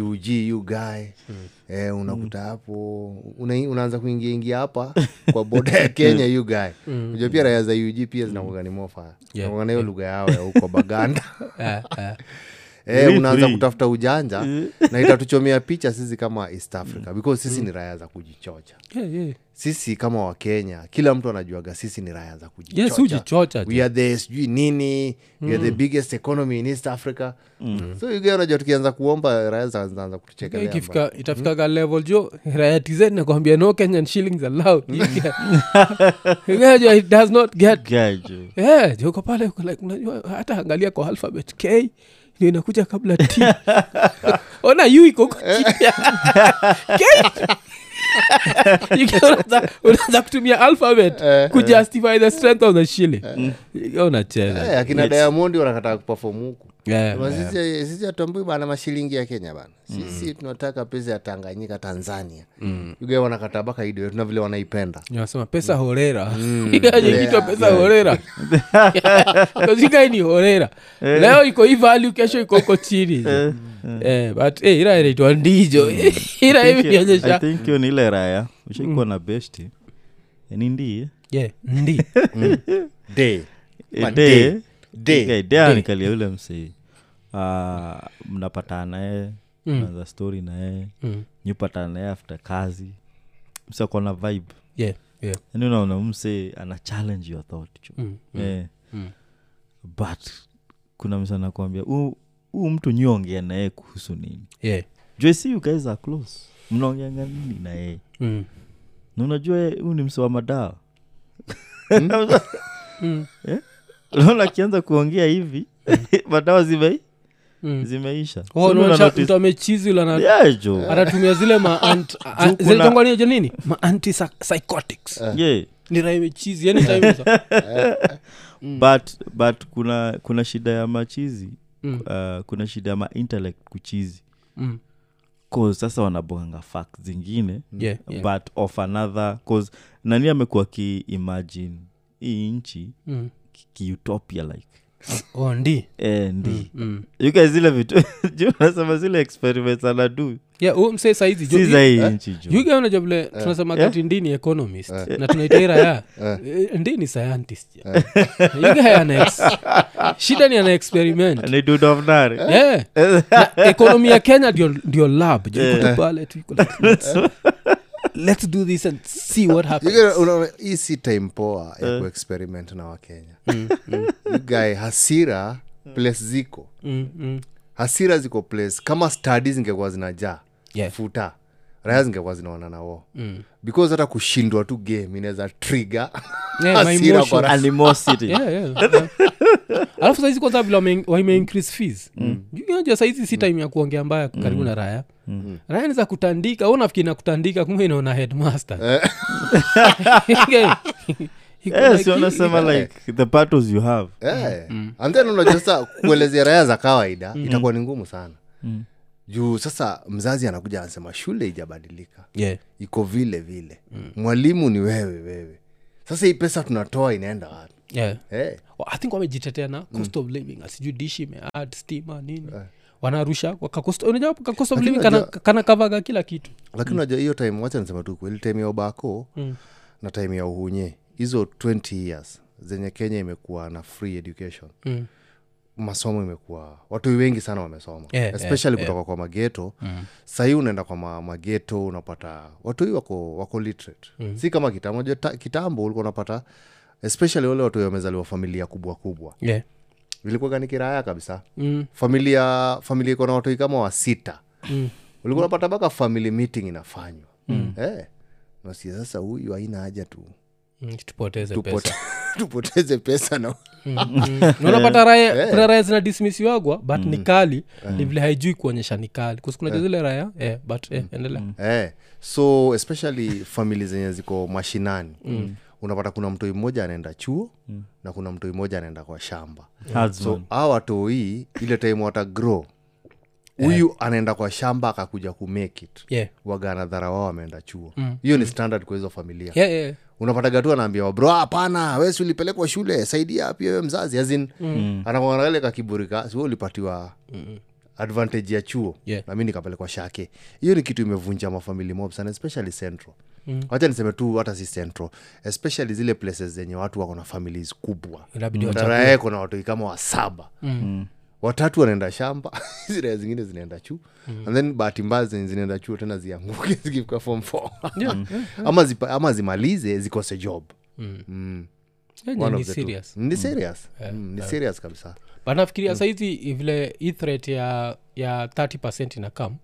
S2: ug ugae mm. eh, unakuta hapo una, unaanza kuingiaingia hapa kwa boda *laughs* ya kenya ugae mm. uja pia raya za ug pia zinakuga ni mofaya
S1: Yeah,
S2: yeah. hiyo lugha yao ya huko *laughs* baganda
S1: Eh, eh.
S2: eh, unaanza
S3: Really?
S2: kutafuta ujanja *laughs* na itatuchomea picha sisi kama east africa because sisi ni raya za kujichocha
S1: Yeah, yeah.
S2: sisi kama wakenya kila mtu anajuaga sisi ni raya za kujichocha
S1: yes hujichocha jo.
S2: we are the sijui nini we are the biggest economy in east africa Mm. so uga unajua tukianza kuomba raya za- zinaanza
S1: Yeah,
S2: kutuchekelea
S1: ikifika itafikaga level jo rayatizen nakwambia no kenyan shillings
S2: *laughs*
S1: allowed *laughs* Yeah, jo, it does not get
S3: Guy, jo.
S1: Yeah, jo, uko pale uko like, unajua hata angalia kwa alphabet k ndio inakuja kabla
S2: *laughs*
S1: t ona u iko huko chini ya- K. *laughs* You get- unaanza- unaanza kutumia alphabet kujustify the strength of the shilling You get unacheza
S2: Eh, Eh, akina diamondi wanakataa kuperform huku
S1: Yeah,
S2: Sema
S1: yeah.
S2: sisi- sisi atambui bana mashilingi ya kenya bana sisi tunataka pesa ya tanganyika tanzania uga wanakataa baka idio tuna vile wanaipenda
S1: nasema pesa
S3: Mm.
S1: horera *laughs* itwa pesa
S3: *laughs*
S1: horera kazikai ni horera
S3: Eh.
S1: leo iko hii value kesho iko ko chini Eh, but eh, ira inaitwa ndijo *laughs* ira
S3: Think
S1: hivi
S3: hiyo- Mm. I
S1: nionyesha Mm.
S3: think hiyo ni ile raya ushaikuwa na besti ni ndii
S1: Yeah, ndi
S2: Day. Ma- Eh, day.
S3: Eh,
S2: Day.
S3: ideanikalia yule msee Ah, mnapatana naye
S2: Mm.
S3: naza stori naye
S1: Mm.
S3: nyupatana naye after kazi msakona vibe
S1: Yeah, yeah. mm.
S3: yani unaona huyu msee ana challenge your thought
S2: Mm.
S3: cho Eh. but kuna msa nakuambia huu huu mtu nyiongea naye kuhusu nini
S1: Yeah.
S3: jwesi you guys are close mnaongeanga nini na yeye
S1: Mm.
S3: na unajua yeye, huyu ni mse wa madawa *laughs*
S1: Hmm.
S3: Eh? unaona akianza kuongea hivi *laughs* madawa zime
S1: Mm.
S3: zimeisha
S1: Oh,
S3: So
S1: unaonyesha
S3: unanotice-
S1: mtu amechizi lana
S3: Yeah, jo. *laughs*
S1: anatumia zile ma ant- a-
S3: Juu
S1: zile
S3: kuna-
S1: tongwa nijo nini ma antipsychotics
S3: Yeah.
S1: niraiwe chizi yani time
S3: *laughs*
S1: Hmm.
S3: but but kuna kuna shida ya machizi
S1: Mm.
S3: uh, kuna shida ya maintellect kuchizi
S1: Mm.
S3: cause sasa wanabonganga fact zingine
S1: Yeah, yeah.
S3: but of another cause nani amekuwa kiimagine hii nchi
S1: Mm.
S3: ki- kiutopia like
S1: oh ndi
S3: eh, ndi
S1: mm.
S3: you guys zile vitu *laughs* juu nasema zile experiments anadu
S1: yeah huyo msee saizi jo-
S3: si za hii nchi juu
S1: yugaonaja vile tunasema
S3: Yeah.
S1: kati ndini economist na tunaitaira ya eh, ndini scientist ya. Yugaya ana ex- shida ni ana experiment
S3: nidudovnari
S1: Eh.
S3: *laughs*
S1: Na ekonomi ya kenya ndio ndio lab Ju- iko tu pale tu iko like, let's- let's do this and see what happens
S2: You get- unaona, hii si time poa ya kuexperiment na wakenya *laughs* You guy hasira place ziko
S1: mm, mm.
S2: hasira ziko place kama stadi zingekuwa zinajaa
S1: Yeah.
S2: futa raya zingekuwa zinaona nawo mm. because hata kushindwa tu game inaweza trigger
S1: Yeah, my
S2: hasira
S1: emotions.
S2: kwa ra-
S3: *laughs* animosity
S1: Yeah, yeah. alafu saizi kwanza vile wame- wameincrease fees Ju- unajua saizi si time ya kuongea mbaya karibu na raya raya niza kutandika u nafikiri na kutandika kumbe inaona *laughs* headmaster *laughs* Iko
S3: yes
S1: Eh, like-
S3: you wanasema like the battles you have
S2: Eh. and then unajua sasa kuelezea raya za kawaida itakuwa ni ngumu sana juu sasa mzazi anakuja anasema shule ijabadilika
S1: Yeah.
S2: iko vile vile mwalimu ni wewe wewe sasa hii pesa tunatoa inaenda wapi
S1: Yeah.
S2: Eh.
S1: Wa- i think wamejitetea na cost of living Ah, asijui dishi imead stima nini wanarusha kwa ka cost- Eh. unajua ka cost of living kana, kana kavaga kila kitu
S2: lakini unajua hiyo time wacha nisema tu kweli time ya ubako na time ya uhunye hizo 20 years zenye kenya imekuwa na free education
S1: Mm.
S2: masomo imekuwa watu wengi sana wamesoma
S1: Yeah,
S2: especially kutoka kwa mageto Eh, mm. sahii unaenda kwa ma, mageto unapata watu hii wako, wako literate mm. si kama kitambo unajua ta- kitambo ulikuwa unapata especially wale watu wamezaliwa familia kubwa kubwa
S1: yeah.
S2: ilikuwa ni kiraya kabisa
S1: mm.
S2: familia familia iko na watoi kama wa sita mm. ulikuwa unapata mpaka family meeting inafanywa mm. eh, nasikia sasa huyu haina haja tu
S1: Mm, tupoteze pesa
S2: tupote, *laughs* tupoteze pesa na
S1: unapata raya kuna raya zina dismisiwagwa but
S2: Mm.
S1: ni kali ni vile haijui kuonyesha ni kali kus kunajua zile raya eh, but eh, endelea
S2: eh, so especially famili zenye ziko mashinani mm. unapata kuna mtoi mmoja anaenda chuo mm. na kuna mtoi mmoja anaenda kwa shamba
S3: Husband.
S2: so hawa watoi ile time watagrow huyu anaenda kwa shamba akakuja kumake it
S1: yeah.
S2: waganadhara wao wameenda chuo hiyo ni standard kwa hizo familia
S1: Yeah, yeah.
S2: unapataga tu anaambia wabro hapana wesi ulipelekwa shule saidia pia we mzazi azin mm. anakuangalia kakiburika siwe ulipatiwa mm advantage ya chuo
S1: Yeah.
S2: na mi nikapelekwa shake hiyo ni kitu imevunja mafamili mob sana especially central mm. wacha niseme tu hata si central especially zile places zenye watu wako na families kubwa
S1: Inabidi
S2: tarae kuna watoi kama wa saba mm. watatu wanaenda shamba *laughs* ziraya zingine zinaenda chuu mm. and then bahati mbaya zenye zinaenda chuo tena zianguke *laughs* zikifika form four ama, zipa, ama zimalize zikose job
S1: Eh,
S2: One
S1: ni
S2: of the two.
S1: serious
S2: ni serious Mm, ni serious kabisa
S1: but
S2: Mm.
S1: nafikiria saizi vile hii threat ya ya 30 ina kam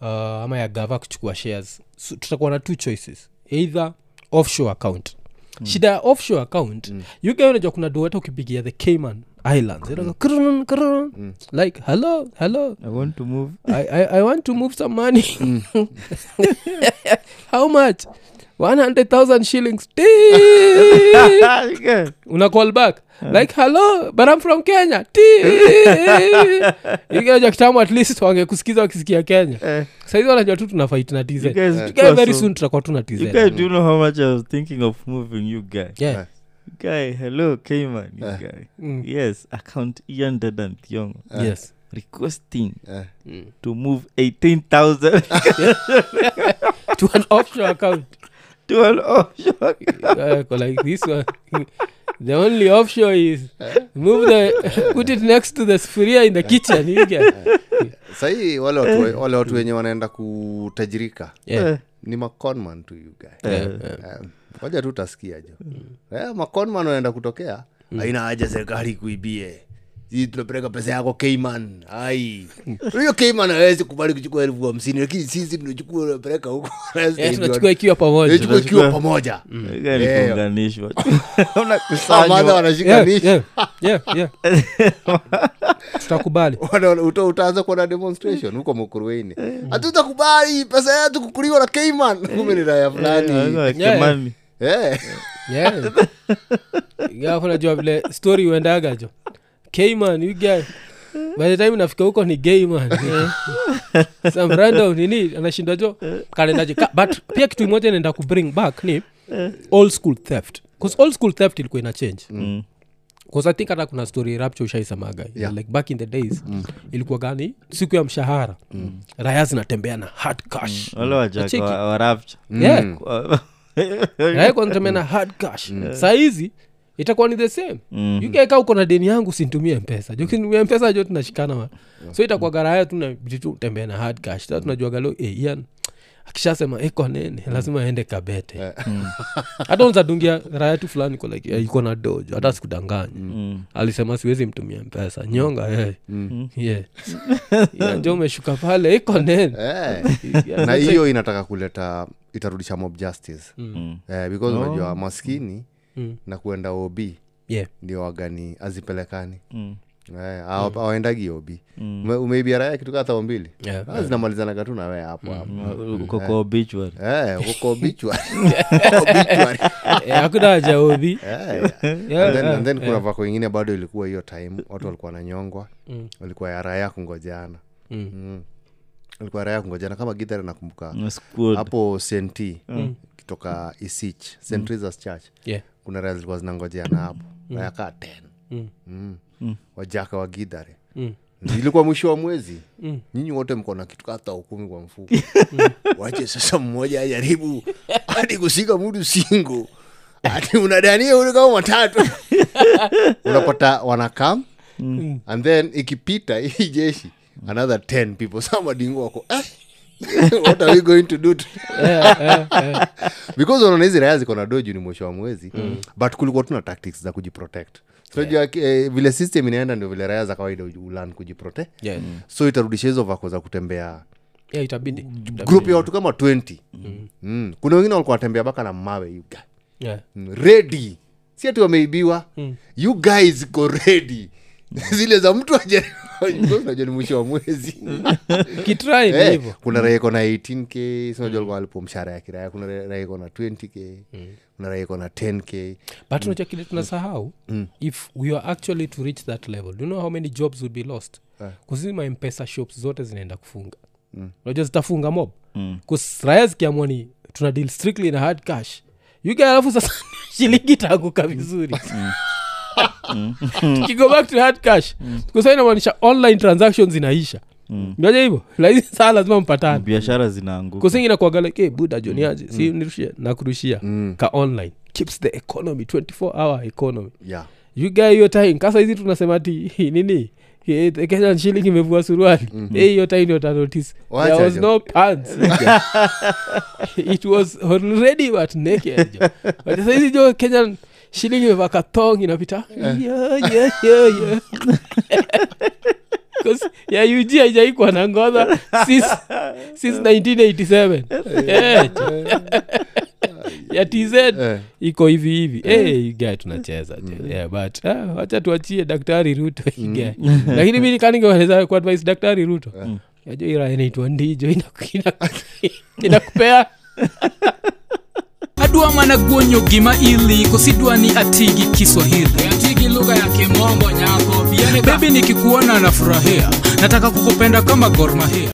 S1: uh, ama ya gava kuchukua shares so, tutakuwa na two choices either offshore account mm. shida ya offshore account mm. ugaonajua kuna do hata ukipigia the cayman islands mm. krun, krun.
S2: Mm.
S1: like hello hello
S3: i want to move *laughs*
S1: I, I, i want to move some money how much 100000 shillings Tiiii. una call back like hello but i'm from kenya igaja kitambo at least wangekusikiza wakisikia kenya
S3: Eh.
S1: saizi wanajua tu tuna fight na tz
S3: You guys
S1: Tukiwa
S3: tuko
S1: very
S3: so-
S1: soon tutakuwa tu na tz
S3: you guys do know how much i was thinking of moving you guy
S1: Yeah.
S3: you guy hello cayman you guy yes account ian dedan thiong
S1: Yes.
S3: requesting
S2: Eh.
S3: to move 18000 *laughs*
S1: to an offshore account
S3: to an offshore
S1: Uh, like this one the only offshore is move the put it next to the sphere in the kitchen you get
S2: sahii wale watu, wale watu wenye wanaenda kutajirika
S1: yeah.
S2: ni maconman tu you guy
S1: Yeah.
S2: Eh, ngoja tu utasikia jo eh, maconman wanaenda kutokea
S1: Mm.
S2: haina haja serikali kuibie Sisi tunapeleka pesa yako kman ai hiyo kman awezi kubali kuchukua elfu hamsini lakini sisi tunachukua unapeleka huko
S1: *laughs* Yeah, tunachukua Mm. ikiwa pamoja
S2: Tunachukua ikiwa pamoja
S3: You guy ni
S2: Yeah.
S3: kuunganishwa *laughs*
S2: amadha
S3: unakusanywa
S1: Yeah,
S2: wanashikanisha
S1: yeah, yeah, yeah. é, tutakubali
S2: Wana- uta- utaanza kuona demonstration huko mukurueni
S1: Mm. Eh.
S2: Yaani,
S3: Yaani,
S2: hatutakubali pesa yetu kukuliwa na kman kumbe ni raya fulani
S3: Kemani.
S2: Eh.
S1: *laughs* yeah. Gafu najua vile story uendaga jo kman you guy by the time nafika huko ni gay *laughs* man some random nini anashindwa jo kalendaje Ka- but pia kitu moja naenda kubring back ni old school theft bcause old school theft ilikuwa ina change mm. i think hata kuna story rapture ushaisemaga
S2: Yeah.
S1: like back in the days mm. ilikuwa gani siku ya mshahara mm. raya zinatembea na hard cash
S3: wale
S1: Acheki.
S3: wajaka warapcha
S1: yeah naekwanatemena hard cash
S2: Mm.
S1: saa hizi itakuwa ni the same
S2: Mm-hmm.
S1: mm uko na deni yangu sintumie mpesa jokitumia mpesa jo tunashikana wa. so itakuwa garaya tunatembea na hard cash sa tunajuaga leo eh, ian akishasema iko nene
S2: Mm.
S1: lazima aende
S2: Eh.
S1: kabete Mm. hata unzadungia raya tu fulani iko like eh, iko na dojo hata sikudanganya
S2: Mm.
S1: alisema siwezi mtumia mpesa nyonga eh. yeah. *laughs* yeah, njo umeshuka pale iko
S2: *laughs*
S1: nene
S2: Eh.
S1: Yeah,
S2: na
S1: sasa- Mm.
S2: hiyo inataka kuleta itarudisha mob justice eh, because unajua maskini na kuenda ob
S1: yeah.
S2: ndio wagani azipelekani Eh, awa- awaendagi ob Ume- umeibiaraya kitu kaa thao mbili
S1: Mm. Yeah. Mm.
S2: Ah, zinamalizanaga tu nawe hapo hapo
S3: uko kwa obituary
S2: Eh, uko
S1: *laughs*
S2: obituary. Obituary.
S1: Eh, hakuna haja obi
S2: Eh,
S1: Yeah,
S2: and then,
S1: yeah,
S2: and then kuna vako ingine bado ilikuwa hiyo time watu walikuwa nanyongwa walikuwa ya raya kungojeana
S1: Mm.
S2: Mm. walikuwa raya kungojeana kama githara nakumbuka
S3: naskud
S2: hapo snt
S1: Mm.
S2: kutoka isich st Teresa's church
S1: yeah.
S2: kuna raya zilikuwa zinangojeana hapo raya kaa ten
S1: Mm.
S2: Mm. wajaka wa githare
S1: Mm.
S2: ilikuwa mwisho wa mwezi nyinyi wote mko na kitu kata ukumi kwa
S1: *laughs*
S2: mfuko
S1: Mm.
S2: wache sasa mmoja ajaribu hadi kushika mudu singo ati unadania ule kama
S1: *laughs*
S2: matatu unapata wanakam mm. and then ikipita *laughs* hii jeshi another 10 people samadingo wako "Ah, *laughs* what are we going to do to-"
S1: Eh,
S2: because unaona hizi raya ziko na doju ni mwisho wa mwezi mm. but kulikuwa tuna tactics za kujiprotect tunajua eh, vile system inaenda ndio vile raya za kawaida ulan kujiprote
S1: Yeah.
S2: so itarudisha hizo vako za kutembea
S1: Mm. Yeah, itabidi Itabidi.
S2: grup ya watu kama 20 mm. Mm. kuna wengine walikuwa wanatembea baka na mawe you guy.
S1: *laughs* Yeah.
S2: Mm, ready si ati wameibiwa you guys go ready *laughs* zile za mtu aje- *laughs* Because unajua ni mwisho wa *laughs* mwezi
S1: kitrai ni Mm.
S2: Eh,
S1: hivo
S2: kuna raia iko na 18k sinajua alipo mshahara ya kiraya kuna ra- raia iko na 20k
S1: Mm.
S2: kuna raia iko na 10k
S1: but unacha kile tunasahau if we are actually to reach that level do you know how many jobs would be lost kuzima mpesa shops zote zinaenda kufunga unajua zitafunga mob kusraya zikiamua ni tuna deal strictly na hard cash yuga alafu sasa *laughs* shilingi itaanguka vizuri Mm. *laughs* kigo back to hard cash kusa inamaanisha online transactions zinaisha naja hivo lahizi saa lazima mpatane
S3: biashara zinaanguka
S1: kusingina kuagaleke buda joniaji si nirushie nakurushia
S2: Mm.
S1: ka online keeps the economy 24 hour economy
S2: yeah
S1: you guy hiyo time kasa hizi tunasema ti *laughs* nini Eh, the Kenyan shilling imevua suruali Eh, hiyo time ndio utanotice.
S2: Wacha
S1: There was
S2: jo.
S1: no pants it was already but naked jo. But sasa hizi jo Kenyan shilling imevaa katong inapita Yeah, yeah, yeah, yeah. *laughs* 'Cause ya UG haijaikwa na ngodha since, since 1987 Eh, jo. *laughs* ya tz
S2: eh.
S1: iko hivi hivi hey, gae tunacheza je. yeah, but ah, wacha tuachie daktari ruto igae lakini mi nikaningeweza kuadvise daktari ruto yajo ira inaitwa ndijo inaku- inaku-
S4: *laughs*
S1: inakupea
S4: adwa mana guonyo gima ili kosidwa ni atigi kiswahili atigi lugha ya kimombo nyako bebi nikikuona nafurahia nataka kukupenda kama gormahia